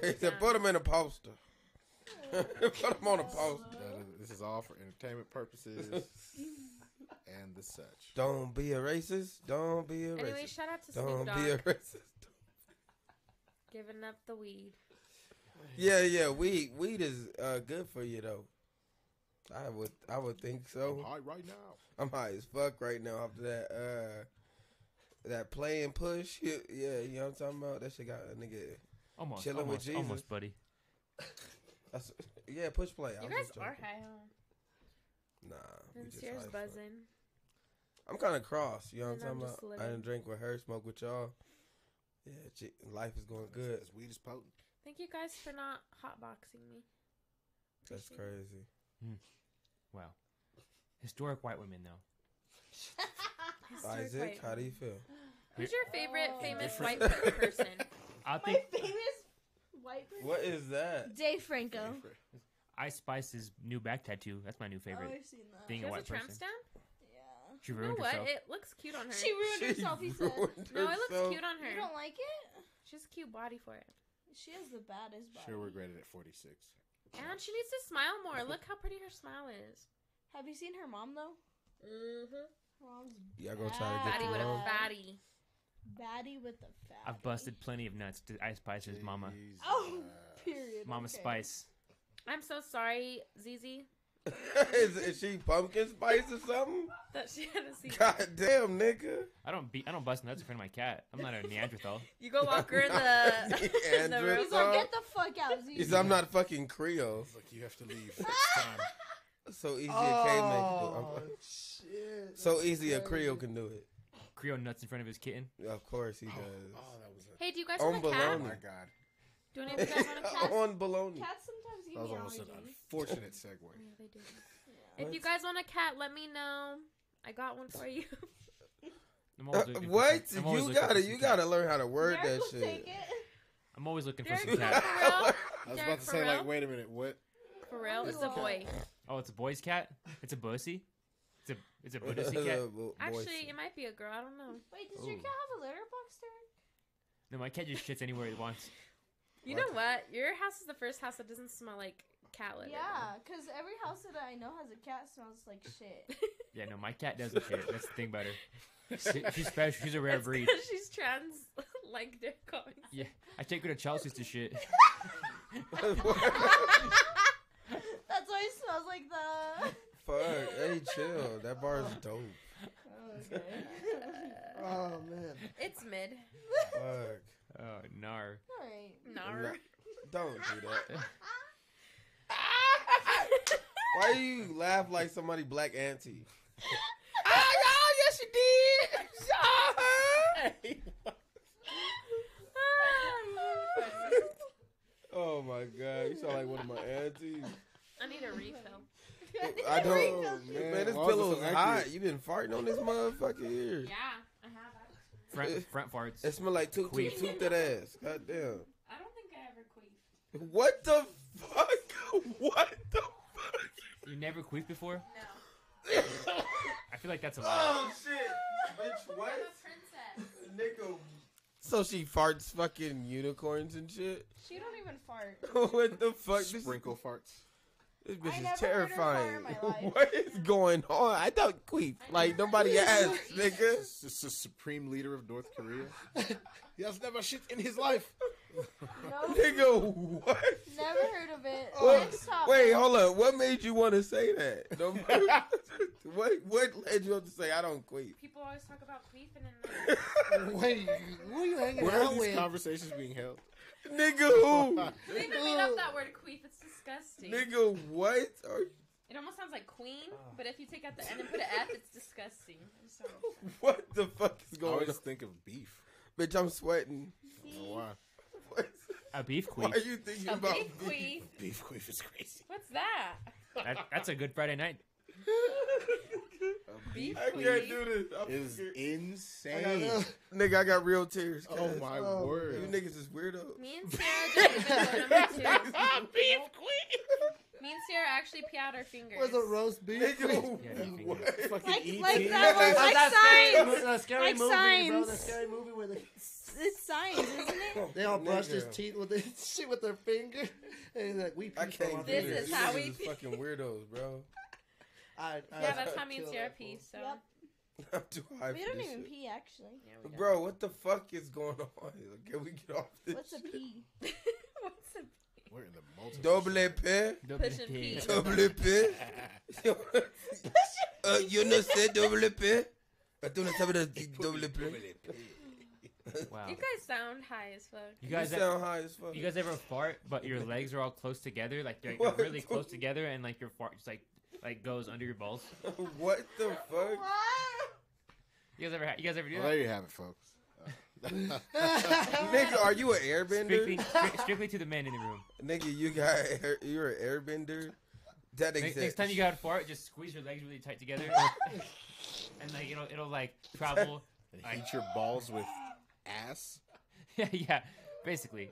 He said, put him in a poster. put him on a poster. Oh. No, no, This is all for entertainment purposes. and the such. Don't be a racist. Don't be a Anyway, racist. shout out to Don't Snoop Dogg be a racist. giving up the weed. Yeah, yeah. Weed, weed is uh, good for you though. I would, I would think I'm so. high right now. I'm high as fuck right now after that, uh, that play and push. Yeah, yeah, you know what I'm talking about. That shit got a nigga. Almost, Chilling with almost, almost, Jesus. buddy. That's, yeah, push play. I You was guys just are joking. high, huh? Nah, we And just high Sierra's as fuck. buzzing. I'm kind of cross. You know what And I'm I'm talking just about. I living. didn't drink with her, smoke with y'all. Yeah, shit, life is going good. This weed is potent. Thank you guys for not hotboxing me. That's Appreciate it. crazy. Wow. Historic white women, though. Historic Isaac, white how do woman. you feel? Who's your favorite Oh. famous white Different. person? I My think famous white person. What is that? Dave Franco. Ice Spice's new back tattoo. That's my new Oh, favorite. I've seen that. Being a She has a white tramp person. stamp? Yeah. She You know ruined what? herself. It looks cute on her. She ruined She herself. He said. ruined no, it looks herself. cute on You her. don't like it? She has a cute body for it. She has the baddest body. Sure regretted at 46. And she needs to smile more. Look how pretty her smile is. Have you seen her mom though? Mm-hmm. Her mom's Y'all gonna try to get Fatty Fatty the with a wrong. wrong? fatty. baddie with the fat. I've busted plenty of nuts to Ice Spice's mama. Jesus. Oh, uh, period. Mama okay. Spice. I'm so sorry, Zizi, is, is she pumpkin spice or something? that she had a secret. God damn, nigga. I don't be. I don't bust nuts in front of my cat. I'm not a Neanderthal. You go walk her in the, in the Andrew. room. He's like, get the fuck out, Zee. He said, I'm not fucking Creole. Look, you have to leave. It's time. So easy a K Oh, man can do it. shit. So that's easy a crazy. Creole can do it. Creole nuts in front of his kitten. Of course he Oh, does. oh, that was a, Hey, do you guys On want a oh cat? baloney. my god. Do any of you guys want a cat? On baloney. Cats sometimes give That was me almost an allergies. unfortunate segue. Yeah, they do. Yeah. If you guys want a cat, let me know. I got one for you. I'm Uh, always looking for what? some- I'm always You looking for gotta some you cat. gotta learn how to word Derek that will shit. take it. I'm always looking for Derek, some you want cat. Pharrell? I was Derek about to say, Pharrell? like, wait a minute, what? Pharrell is a Wow. boy. Oh, it's a boy's cat. It's a bussy. It's a it's a Buddhisty cat. Uh, bo- Actually, boy. it might be a girl. I don't know. Wait, does your Ooh. cat have a litter box, Derek? No, my cat just shits anywhere he wants. You know what? Your house is the first house that doesn't smell like cat litter. Yeah, because every house that I know has a cat smells like shit. Yeah, no, my cat doesn't shit. That's the thing about her. She- She's special. She's a rare It's breed. 'cause she's trans, like they're calling. Yeah, I take her to Chelsea's to shit. That's why it smells like the. Fuck. Hey, chill. That bar is dope. Okay. Oh man. It's mid. Fuck. Oh, nar. All right. Nar. Don't do that. Why do you laugh like somebody black auntie? oh, Oh my god, you sound like one of my aunties. I need a refill. I Refill. don't, man. This why was it pillow so is hot. accurate? You been farting on this motherfucker here. Yeah, I have. actually. Front front farts. It smell like toot toot Queef. toot that ass. God damn. I don't think I ever queefed. What the fuck? What the fuck? You never queefed before? No. I feel like that's a lie. shit, bitch! I'm a princess. Nickel. So she farts fucking unicorns and shit. She don't even fart. what the fuck? This, Sprinkle farts. this I bitch never is heard her fart terrifying. in my life. what is going on? I thought queef like nobody asked, nigga. This is the supreme leader of North Korea. he has never shit in his life. No, Nigga, what? never heard of it. What? Next topic. Oh. Wait, hold up. What made you want to say that? No- what what led you up to say I don't queef? People always talk about queefing and Wait, who are you hanging Where out are these with? conversations being held? Nigga who? they even made up that word queef. It's disgusting. Nigga what? Are you- It almost sounds like queen, but if you take out the N and put an F, it's disgusting. I'm sorry. What the fuck is I going always on? think of beef. Bitch, I'm sweating. I don't know why. What? A beef Why queef. are you thinking A about big queef. Beef queef is crazy. What's that? That, that's a good Friday night. Beef I can't queef. do this. I'm Is scared. I insane. gotta- Nigga, I got real tears. Oh cuz. my Oh, You word. niggas is weirdos. Me and Sarah didn't even go number two. Beef Me and Sarah actually pee out our fingers. Was it roast beef? Nigga, Yeah, you think what? Fucking Like, ET. like That was like that scary signs. mo- that scary Like movie, bro. signs. That scary movie where they, It's science, isn't it? they all brushed his Nigga. teeth with their shit with their finger, and he's like, "We I people can't on do This this. is You how niggas we is feel. fucking weirdos, bro. I, I Yeah, that's how kill me and that Sierra fool. pee. So Yep. I'm too high We for don't this even shit. pee actually. yeah, we Bro, what the fuck is going on? Like, can we get off this? What's a shit? pee? go. What's the We're in the multiple. Double shit. pair, Double Pushing P. P. double pair. Uh, you know, say double pair. I don't have the double pair. Wow. You guys sound high as fuck. You You guys, e-, sound high as fuck. you guys ever fart, but your legs are all close together, like they're, they're What? really close together, and like your fart just like like goes under your balls. what the fuck? You guys ever, ha- you guys ever do Well, that? there you have it, folks. Nigga, are you an Strictly, airbender? stri- strictly to the man in the room. Nigga, you got air, you're an airbender. That Next, nigga next time you got a fart, just squeeze your legs really tight together, and like it'll it'll like travel. And Heat your balls with ass. yeah, yeah, basically.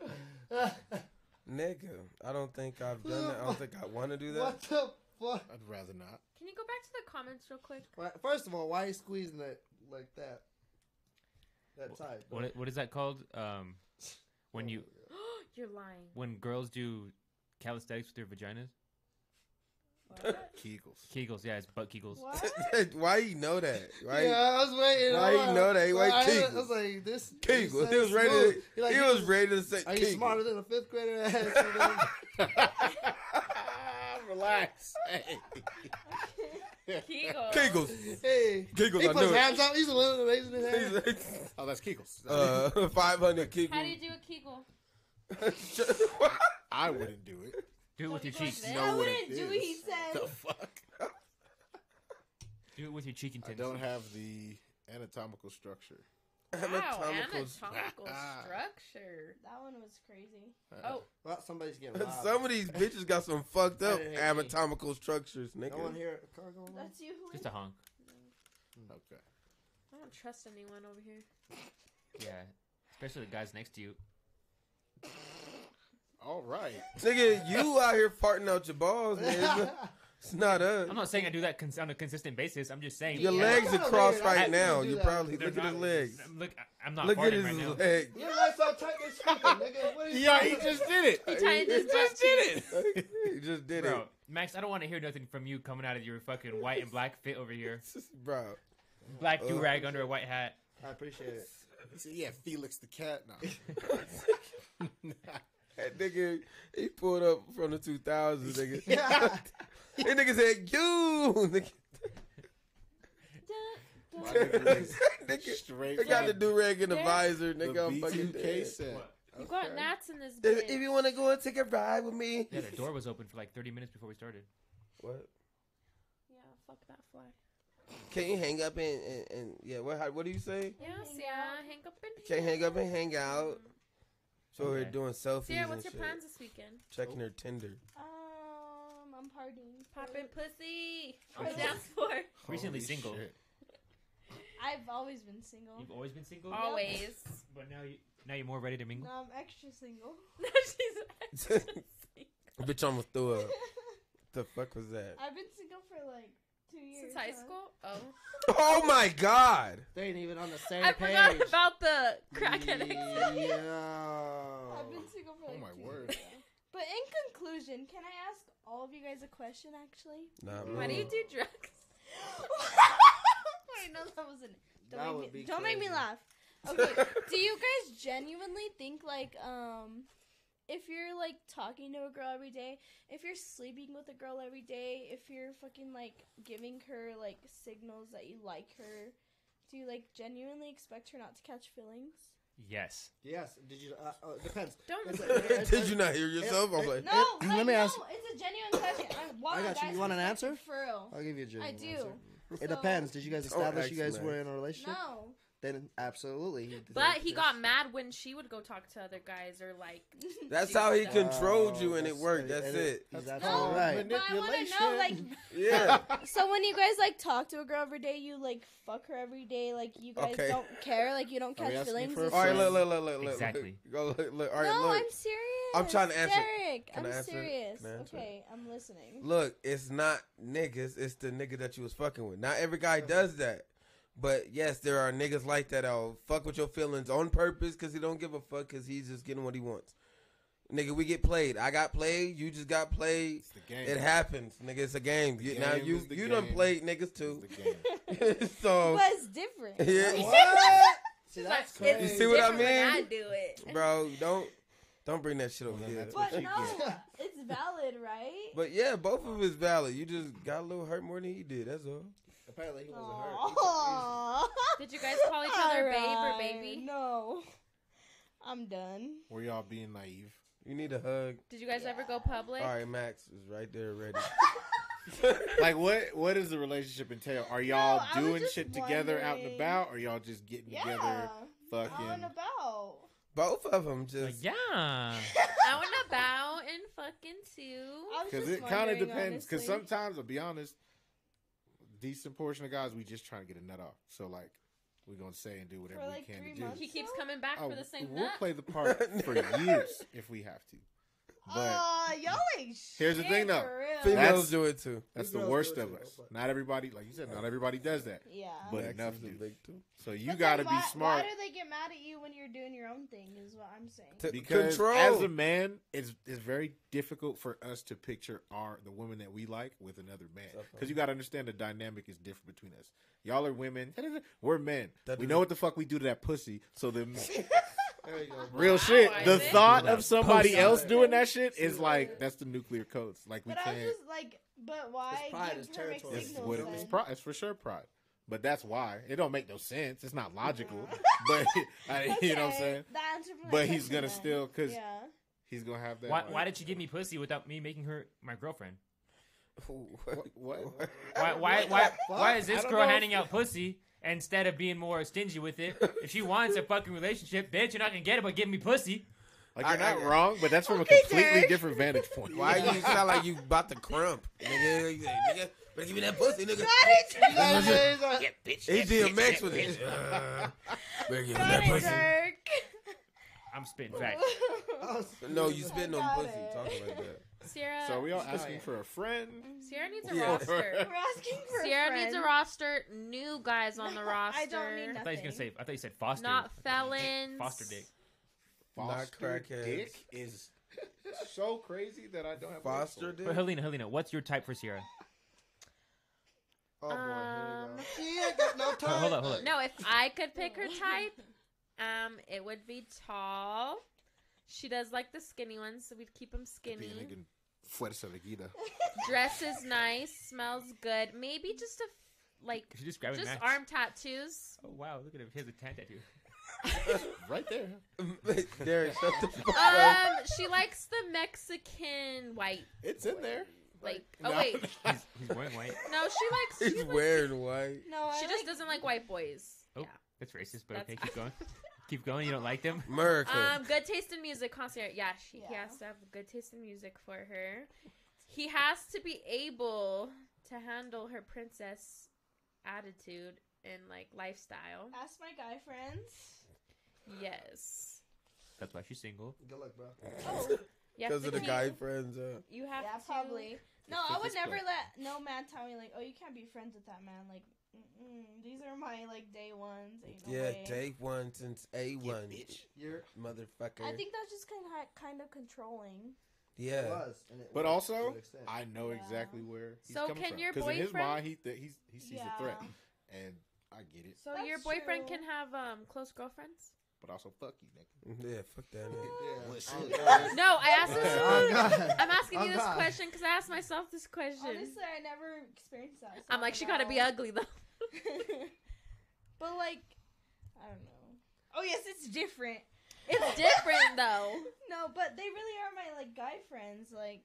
nigga. I don't think I've done that. I don't think I want to do that. What the fuck? I'd rather not. Can you go back to the comments real quick? Why, first of all, why are you squeezing it like that? That tight. bro. What what is that called? Um, when you You're lying. when girls do calisthenics with their vaginas, Kegels. Kegels. Yeah, it's butt Kegels. Why you know that? Why? yeah, I was waiting. Why you I'm like- know that? He I- like I, Kegels. was like, this. Kegels. this He was sounds ready. smooth. To, You're like, he you- was ready to say. Are you Kegels. smarter than a fifth grader? ass? Relax. Kegel. Kegels. hey, Kegels, He I puts knew it. hands out. He's literally raising his hands. Oh, that's Kegels. uh, five hundred How do you Kegels. do a Kegel? What? I wouldn't do it. Do it with your Don't you cheeks. like that? No, I wouldn't it do is. it, he said. The fuck? Do it with your cheek and I tits. don't have the anatomical structure. Wow, Anatomical. anatomical structure. That one was crazy. Oh, Well, somebody's getting robbed. Some of these bitches got some fucked up I didn't hear anatomical structures, No one nigga. here at Cargo. Lounge? That's you. Just a honk. Hmm. Okay. I don't trust anyone over here. Yeah, especially the guys next to you. All right. Nigga, you out here farting out your balls, man. It's not us. I'm not saying I do that cons- on a consistent basis. I'm just saying. Your Yeah. legs are Yeah. crossed right I- now. do You that. probably They're look at not- his legs. I'm- Look, I- I'm not Look at farting his right now. leg. Your legs are tight as fucking, nigga. What are you Yeah, he just did it. He tried his best. did he just did Bro, Max, I don't want to hear nothing from you coming out of your fucking white and black fit over here. it, bro. Black do rag under a white hat. I appreciate it. He said, yeah, Felix the cat. No. That nigga, he pulled up from the 2000s, nigga. Yeah. that nigga said, "You, nigga." My nigga was nigga, Straight. they got the from do rag in the Yeah. visor, the nigga. I'm fucking B2K dead. set. You got gnats in this If, if bitch. you want to go and take a ride with me, Yeah, the door was open for like 30 minutes before we started. what? Yeah, fuck that fly. Can you hang up and, and, and yeah? What? how- What do you say? Yeah, Sierra, hang up in here. Can't hang up and hang out. So we're Okay. Oh. doing selfies Sierra, and what's your shit. plans this weekend? Checking her Tinder. Um, I'm partying. Popping pussy on Oh, the shit. dance floor. Recently Holy single. shit. I've always been single. You've always been single, Oh. Always. but now you now you're more ready to mingle. No, I'm extra single. No, she's actually Bitch, almost threw up. the fuck was that? I've been single for like two years. Since high huh? school? Oh. Oh my god! They ain't even on the same I page. forgot about the crack addict. Yo. I've been single for Oh like my two word. years. now. But in conclusion, can I ask all of you guys a question actually? Nah, Why do you do drugs? Wait, no, that wasn't. it. Don't, That make, would me, be don't make me crazy. laugh. Okay, do you guys genuinely think like um, if you're like talking to a girl every day, if you're sleeping with a girl every day, if you're fucking like giving her like signals that you like her, do you like genuinely expect her not to catch feelings? Yes. Yes. Did you? Uh, oh, it depends. Don't It's listen. a- Did you not hear yourself? I'm like, No, It- like, let me no, ask- It's a genuine question. I want I got you. guys You want to an fucking answer? For real. I'll give you a genuine I do. answer. It So- depends. Did you guys Don't establish ask you guys me. were in a relationship? No. Then absolutely. he- But he yes. got mad when she would go talk to other guys or like. that's how he Oh, controlled you, and it that's- worked. That's and it. He's That's No, absolutely right. but I want to know, like, Yeah. so when you guys like talk to a girl every day, you like fuck her every day, like you guys Okay. don't care, like you don't Are we catch asking feelings. for a and All right, shit. look, look, look, look, look. Exactly. Go look, look. All right, no, look. I'm serious. I'm trying to answer it. Derek, Can I'm I answer it? serious. Can I answer it? okay, I'm listening. Look, it's not niggas. It's the nigga that you was fucking with. Not every Uh-huh. guy does that. But yes, there are niggas like that. that'll fuck with your feelings on purpose because he don't give a fuck because he's just getting what he wants. Nigga, we get played. I got played. You just got played. It's the game. It happens, nigga. It's a game. You, The now game you is the you done game. played niggas It's too. the game. so But it's different. Oh. yeah, What? See, like, that's it's crazy. You see what I different when I mean? do it. bro, don't don't bring that shit over Well, here. that's But what no, you get. it's valid, right? But yeah, both of it's valid. You just got a little hurt more than he did. That's all. Apparently, he wasn't hurt. Aww. Did you guys call each other Alright, babe or baby? No. I'm done. Were y'all being naive? You need a hug. Did you guys ever go public? All right, Max is right there ready. Like, what what does the relationship entail? Are y'all I was doing just shit together out and wondering. about, or y'all just getting Yeah. together, On fucking? about. both of them Like, just yeah. Out and about and fucking too. I was Because just it kind of wondering, depends. Because honestly. sometimes, I'll be honest, decent portion of guys we just trying to get a nut off. So like, we're gonna say and do whatever For, like, we can three to do. months? He keeps coming back Oh, for the same we'll nut. play the part for years if we have to. But Aw, y'all ain't Here's the shit, thing, though. for real. females That's- do it too. that's We the girls worst do it of too, us. but- Not everybody, like you said, not everybody does that. Yeah. But Max enough is a dude. big too. So you But then gotta why- be smart Why do they get mad at you when you're doing your own thing? Is what I'm saying. To because control. as a man, it's it's very difficult for us to picture our the woman that we like with another man because you gotta understand the dynamic is different between us. Y'all are women, we're men. That we doesn't- know what the fuck we do to that pussy. So the There you go. real shit, the Isaac. thought That of somebody pussy. else doing that shit is like that's the nuclear codes. Like we but I was can't. just like, but why It's pride, give it's her mixed territory. signals? It's what it, it's, then? pro- it's for sure pride, but that's why it don't make no sense. It's not logical, but I, you Uh-huh. know what I'm Okay, saying. the answer for that But he's question gonna then. still because Yeah. he's gonna have that. Why, like- why did she give me pussy without me making her my girlfriend? What? what? Why why why, why is this I don't girl know. handing out pussy instead of being more stingy with it? If she wants a fucking relationship, bitch, you're not gonna get it, but give me pussy. Like I- you're not I- wrong, but that's from Okay, a completely Derek. different vantage point. Why you sound like you about to crump, nigga? nigga better give me that pussy, nigga. That's it, he's like- He did Max with it. Uh, better give me Got that it, pussy. Dirk. I'm spitting facts. No, you spitting on Got pussy. it. Talking like that. Sierra, So are we all asking for a friend. Sierra needs a Yeah. roster. We're asking for a Sierra friend. needs a roster. New guys on the No, roster. I don't need I nothing. thought you was gonna say. I thought you said foster. Not felons. felon. Foster dick. Not Foster crackheads. dick is so crazy that I don't have words for Foster it. But did. Helena, Helena, what's your type for Sierra? Oh boy, here Um, we go. She ain't got no time. hold up, hold up. No, if I could pick her type, um, it would be tall. She does like the skinny ones, so we'd keep them Being skinny. nigga fuerza de guida. Dresses nice, smells good. Maybe just a f- like She just grabbing just Max. arm tattoos. Oh wow, look at him. He has a tan tattoo. Right there. Derek, shut the fuck Um, up. she likes the Mexican white. It's in there. Like, oh No. wait, He's, he's wearing white. no, she likes. She, He's likes, wearing white. No, I she just like- doesn't like white boys. Oh, Yeah. that's racist. But That's- okay, keep going. keep going. You don't like them. America. Um, good taste in music concert. Yeah, she he Yeah. has to have good taste in music for her. He has to be able to handle her princess attitude and like lifestyle. ask my guy friends. Yes. That's why she's single. Good luck, bro. Oh, You have Because to of the keep- guy friends. Uh, You have yeah, to probably. No, It's I just would this never way. let no man tell me like, oh, you can't be friends with that man. Like, mm-mm, these are my like day ones. Ain't no yeah, way. day one since A one, You're, motherfucker. I think that's just kind of kind of controlling. It yeah, was, and it But was, also, to an extent. I know Yeah. exactly where he's So coming can from. your in his boyfriend- mind, he th- he's, he sees yeah. a threat, and I get it. So That's your boyfriend true. can have um close girlfriends? But also, fuck you, nigga. yeah. Fuck that. Nigga. Yeah. What's Oh, it? God. No, I asked this. Oh, God. I'm asking Oh, you this God. question because I asked myself this question. Honestly, I never experienced that. so I'm like, I she don't gotta be know. ugly though. but like, I don't know. Oh yes, it's different. It's different though. No, but they really are my like guy friends. Like,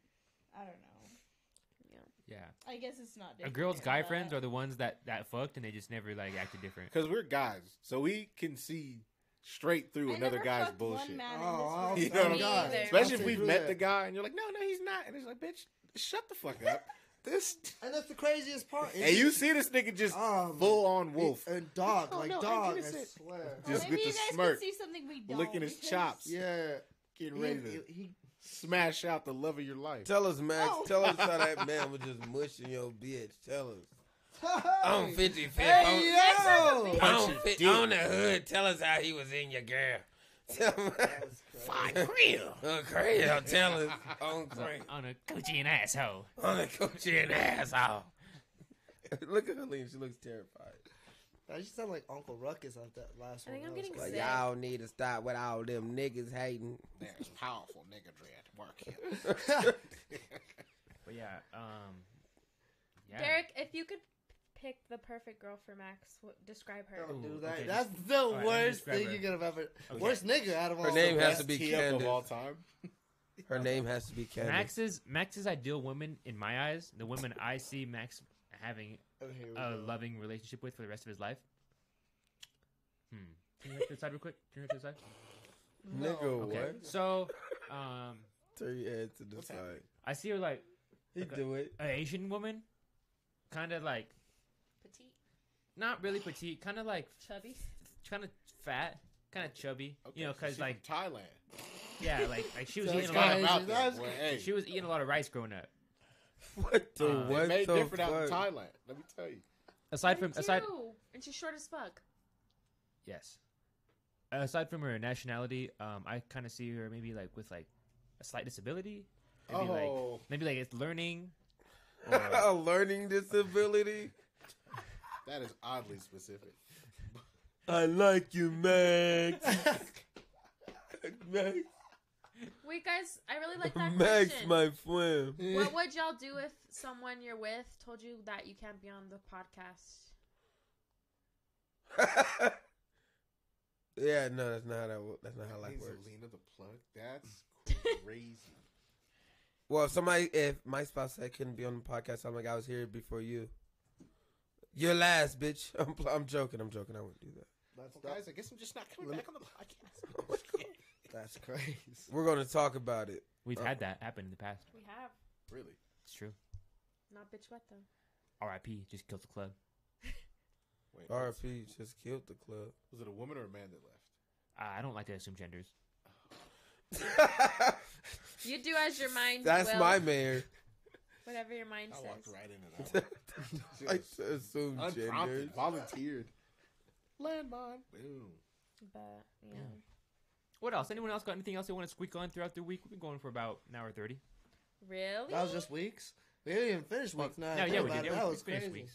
I don't know. Yeah. I guess it's not. A different. girl's guy friends but- are the ones that that fucked and they just never like acted different. Because we're guys, so we can see straight through I another never guy's fucked bullshit. One man Oh, I'll- in You this know room. Me what I'm saying? either. Especially if I'll we've do met that. the guy and you're like, no, no, he's not. And it's like, bitch, shut the fuck up. this. And that's the craziest part. And you see this nigga just Oh, man. full on wolf. and dog, Oh, like no, I dog. I get it. swear. Just Maybe with you the guys can smirk, see something we don't. licking his because- chops, Yeah, getting he, e, ready to he- he- smash out the love of your life. Tell us, Max. Oh. Tell us how that man was just mushing your bitch. Tell us. I'm Hey, 50 hey, yo! I'm, fi- on the hood. Tell us how he was in your girl. Five was crazy. crib. On crib. I'm telling. On crib. on a coochie and asshole. On a coochie and asshole. Look at her lean. She looks terrified. I just sound like Uncle Ruckus on that last I one. think I'm That was getting crazy. Like, Sick. y'all need to stop with all them niggas hating. There's powerful nigga dread at work here. But yeah, um, yeah. Derek, if you could pick the perfect girl for Max, what, describe her. Oh. Don't do Ooh, that. okay, That's just- the let me worst describe thing her. you could have ever. Okay. Worst nigga out of all. Her name of has us. to be Tee up of all Candace. time. Her name has to be Candace. Max's Max's ideal woman in my eyes, the woman I see Max having Oh, here we a go. loving relationship with for the rest of his life. Hmm. Turn her to the side real quick. Turn her to the side. Nigga, Okay. what? So, um, Turn your head to the What's side. happening? I see her like He Okay. do it. an Asian woman, kind of like Petite, not really petite, kind of like chubby. kind of fat, kind of chubby. you know, so because she's like from Thailand. yeah, like like she was So It's eating a got not lot. Of, it. about That's that. Boy, hey, she was eating a lot of rice growing up. What the Uh, it what made the different out in fuck? Thailand. Let me tell you. Aside from Me aside too. and she's short as fuck. Yes. Aside from her nationality, um, I kind of see her maybe like with like a slight disability. Maybe Oh. like maybe like it's learning. A learning disability. That is oddly specific. I like you, Max. Max, Wait, guys, I really like that Max, question. my friend. What would y'all do if someone you're with told you that you can't be on the podcast? yeah, no, that's not how that, wo- that's not how life He's works. Lena the plug. That's crazy. Well, if somebody, if my spouse said I couldn't be on the podcast, I'm like, I was here before you. You're last, bitch. I'm, pl- I'm joking. I'm joking. I wouldn't do that. That's well, guys, I guess I'm just not coming Let back on the podcast. That's crazy. We're gonna talk about it. We've Oh. had that happen in the past. We have. really? It's true. Not bitch wet though. R.I.P. Just killed the club. Wait, was RP just killed the club. was it a woman or a man that left? Uh, I don't like to assume genders. You do as your mind. that's will. my mayor. Whatever your mind I walked says. right into that. one. I Just assume genders. Unprompted, volunteered. Landmine. Boom. But yeah. What else? Anyone else got anything else they want to squeak on throughout the week? We've been going for about an hour thirty. Really? That was just weeks. We didn't even finish Well, weeks. now no, I think yeah, we about did. it. Yeah, That we was finished crazy. weeks.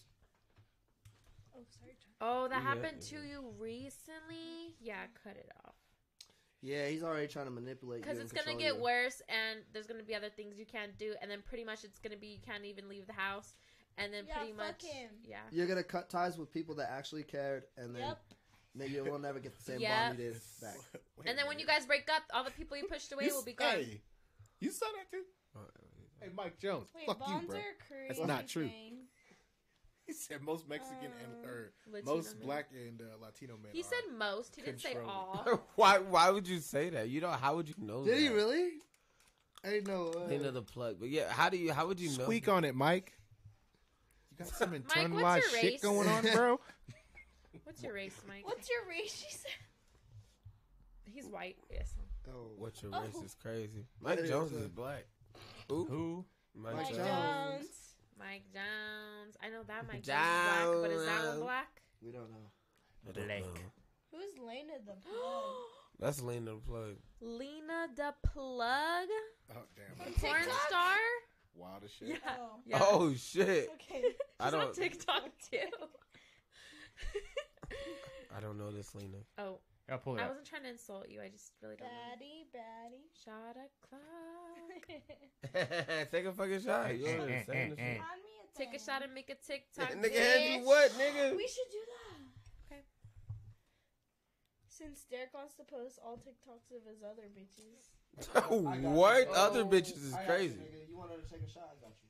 Oh, sorry. John. Oh, Yeah, that happened yeah. to you recently? Yeah, cut it off. Yeah, he's already trying to manipulate you. Because it's going to get worse, and there's going to be other things you can't do, and then pretty much it's going to be you can't even leave the house, and then Yeah, pretty much. fuck him. Yeah. You're gonna cut ties with people that actually cared, and then Yep. then you will never get the same Yep. bond you did back. Wait And then a when you minute. guys break up, all the people you pushed away You will s- be gone. Hey, you saw that too? Hey, Mike Jones. Wait, fuck you, bonds bro. are crazy. That's not true. thing. He said most Mexican and Uh, or Latino most men. black and uh, Latino men. He are- said most. He didn't say controlling. all. why? Why would you say that? You know, how would you know? Did he that? really? I didn't know. Uh, Ain't another plug, but yeah, how do you? How would you know? squeak on it, Mike. You got some what's your internalized race? shit going on, bro. What's your race, Mike? What's your race? She said. He's white. Yes. oh. What your Oh. race is crazy. Mike is, Jones is uh, black. Who? Who? Mike, Mike Mike Jones. Jones. Mike Jones. I know that Mike Jones is black, but is that one Jones. black? We don't know. I don't Blake. know. Who's Lena the plug? That's Lena the plug. Lena the plug, Oh damn, From that's porn TikTok? star. wild as shit. Yeah. Oh. yeah. Oh shit! Okay. I She's on don't. TikTok too. I don't know this Lena. oh, I'll pull it I up. wasn't trying to insult you. I just really don't. know. Batty, batty. Shot a clock. Take a fucking shot. You don't understand this Eh, eh, shit. On me at Take a that. shot and make a TikTok. Nigga, hand bitch. you what, nigga? We should do that. Okay. Since Derek wants to post all TikToks of his other bitches. what Oh. other bitches is crazy? You wanted to take a shot? I got you.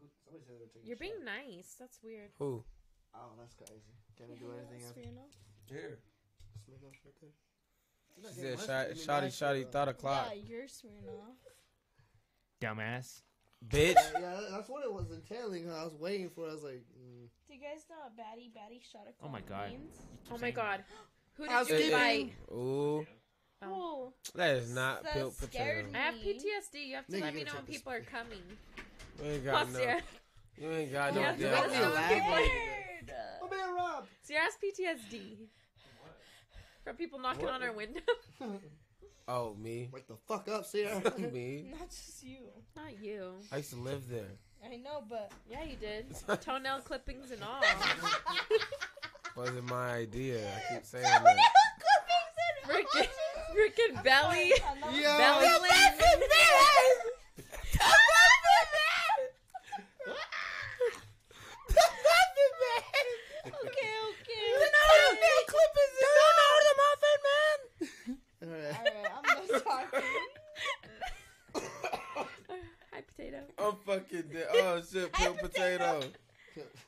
Who- Somebody said they were taking a You're being shot. nice. That's weird. Who? Oh, that's crazy. Can we Yeah, do that's anything else? fair enough. Here. Smirnoff right there. You're not She getting said, much- I "Shot- mean, "Shotty, shotty, that's- thought o'clock, Yeah, you're Smirnoff. Dumbass. bitch." Yeah, yeah, that's what it was entailing. Huh? I was waiting for. it. I was like, mm. Do you guys know what batty, batty shot o'clock Oh my god. means? You keep Oh my saying that. god. Who I did was you kidding. invite? Ooh, Oh, that is not So built potato. scared I have Me. PTSD. You have to Nigga, let you me gotta know when take this- people are coming. You ain't got Plus, no. Sierra, You ain't got you no. have to yeah, let damn- us I'm know when people laughing. are weird. I'm being robbed. Sierra's PTSD. from people knocking What? on our window. Oh me, Wake the fuck up, Sierra. me. Not just you. Not you. I used to live there, I know, but Yeah, you did. Toenail clippings and all. wasn't my idea. I keep saying Toenail that. clippings Freaking, freaking belly. Yeah. Belly lip. Okay, okay. Alright. Alright, I'm done talking. Hi, potato. I'm fucking dead. Oh shit, peeled potato.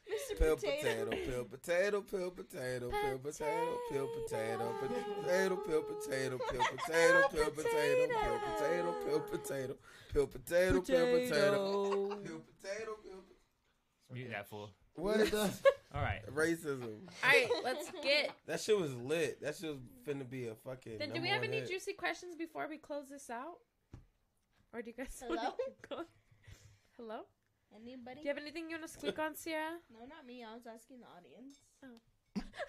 Mr. Peeled Potato. potato, peeled potato, peeled potato, peeled potato, peeled potato, potato, peeled potato, peeled potato, peeled potato, peeled potato, peeled potato, peeled potato, peeled potato, peeled potato, peeled Mute that fool. What is that? All right. Racism. All right, let's get. That shit was lit. That shit was finna be a fucking. Then, do number we have one any hit. juicy questions before we close this out? Or do you guys want to Hello? keep going? Hello? Do Anybody? you have anything you want to squeak on, Sierra? No, not me. I was asking the audience.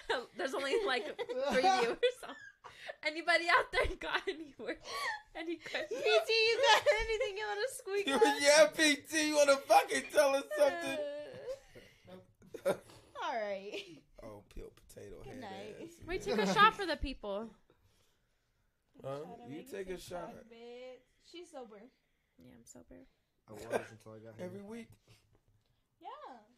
Um, There's only like three viewers. on- Anybody out there got any word? Any PT, questions? you got anything you want to squeak You- on? yeah, PT, you wanna fucking tell us something? All right. oh, peeled potato Good head. night. ass. We take a shot for the people. Huh? You take a shot. She's sober. Yeah, I'm sober. I was until I got here. Every week. Yeah.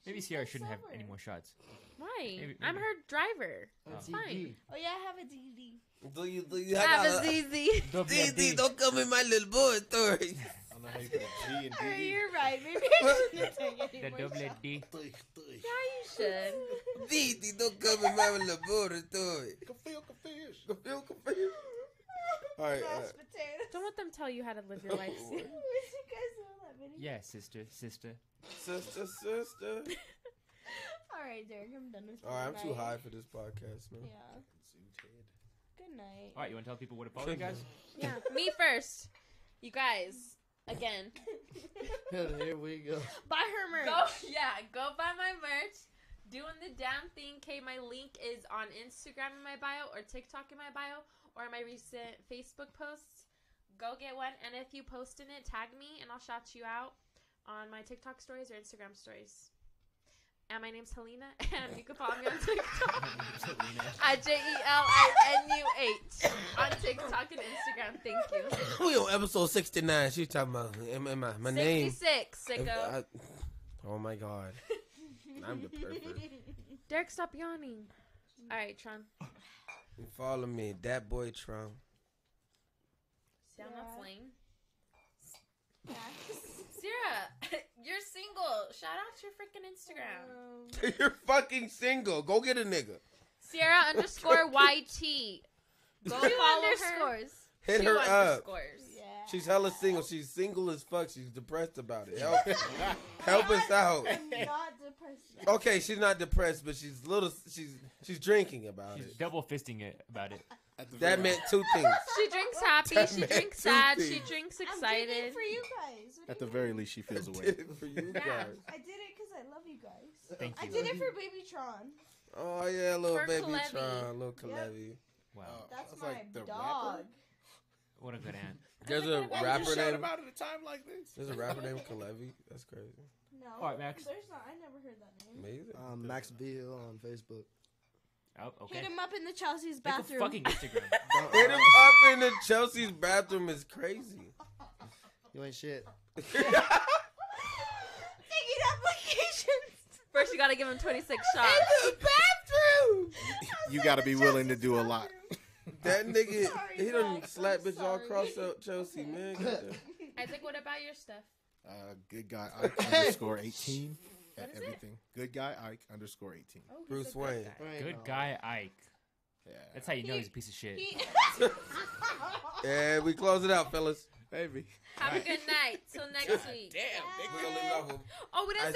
Maybe she's Sierra still shouldn't have sober. any more shots. Why? Maybe- I'm maybe. her driver. Oh. It's fine. ED. Oh yeah, I have a DD. Do you, do you That have was a- easy. DD, don't come in my little boy story. I don't know how you put a G in All right, DD. you're right. Maybe I shouldn't take The any more double shots. D. Yeah, you should. DD, don't come in my little boy Confused, confused. story. Feel confused. All right. all right. Mashed potatoes. Don't let them tell you how to live your life. Wish you guys don't have any. Yeah, sister, sister. Sister, sister. All right, Derek, I'm done with. All right, I'm you. too Good night. high for this podcast, man. Yeah. Good night. All right, you want to tell people what to follow you guys? yeah, me first. You guys, again. Here we go. Buy her merch. Go, yeah, go buy my merch. Doing the damn thing. K, my link is on Instagram in my bio or TikTok in my bio or my recent Facebook posts. Go get one, and if you post in it, tag me, and I'll shout you out on my TikTok stories or Instagram stories. And my name's Helena, and you can follow me on TikTok at J E L I N U H on TikTok and Instagram. Thank you. we on episode 69. She talking about my, my, my name. 66, If sicko. I- oh my god. I'm the pervert. Derek, stop yawning. All right, Tron. You Follow me, that boy Trump. Down Yeah. the flame. Max. Sarah, you're single. Shout out your freaking Instagram. Um, You're fucking single. Go get a nigga. Sierra underscore YT. Go Two follow her. underscores. Hit Two her up. underscores. Yeah. She's hella single. She's single as fuck. She's depressed about it. Help, help us out. I'm not depressed. yet. Okay, she's not depressed, but she's little. She's she's drinking about She's it. double fisting it about it. At the That very- meant two things. She drinks happy. That she meant drinks two sad. She things. drinks I'm excited. doing it for you guys. What At do the you very least, she I feels away. did it for you Yeah. guys. mean? I did it because I love you guys. Thank I you. did it for Baby Tron. Oh yeah, little For baby Kalevi. Tron, little Kalevi. Wow, Oh, That's that's my like the dog. rapper? what a good aunt. There's a Why did you rapper Shout named him out at a time like this. There's a rapper named Kalevi. That's crazy. No. All right, Max. There's not. I never heard that name. Amazing. Um, Max Beal on Facebook. Oh, okay. Hit him up in the Chelsea's Make a bathroom. fucking Instagram. Hit him up in the Chelsea's bathroom is crazy. You ain't shit. Taking applications. First, you gotta give him 26 shots. bathroom. You got to be willing to do a lot. that nigga, sorry, he done Max, slap I'm bitch all sorry. across up Chelsea, man. Goddamn. Isaac, what about your stuff? Uh, good guy Ike underscore eighteen at everything. Good guy Ike underscore eighteen. Oh, he's Bruce a good Wayne. guy. Good guy Ike. Yeah, That's how you know He- he's a piece of shit. He- And we close it out, fellas. baby. Have a good night. Till next week. Damn, they gonna live off of Oh, what does it Isaac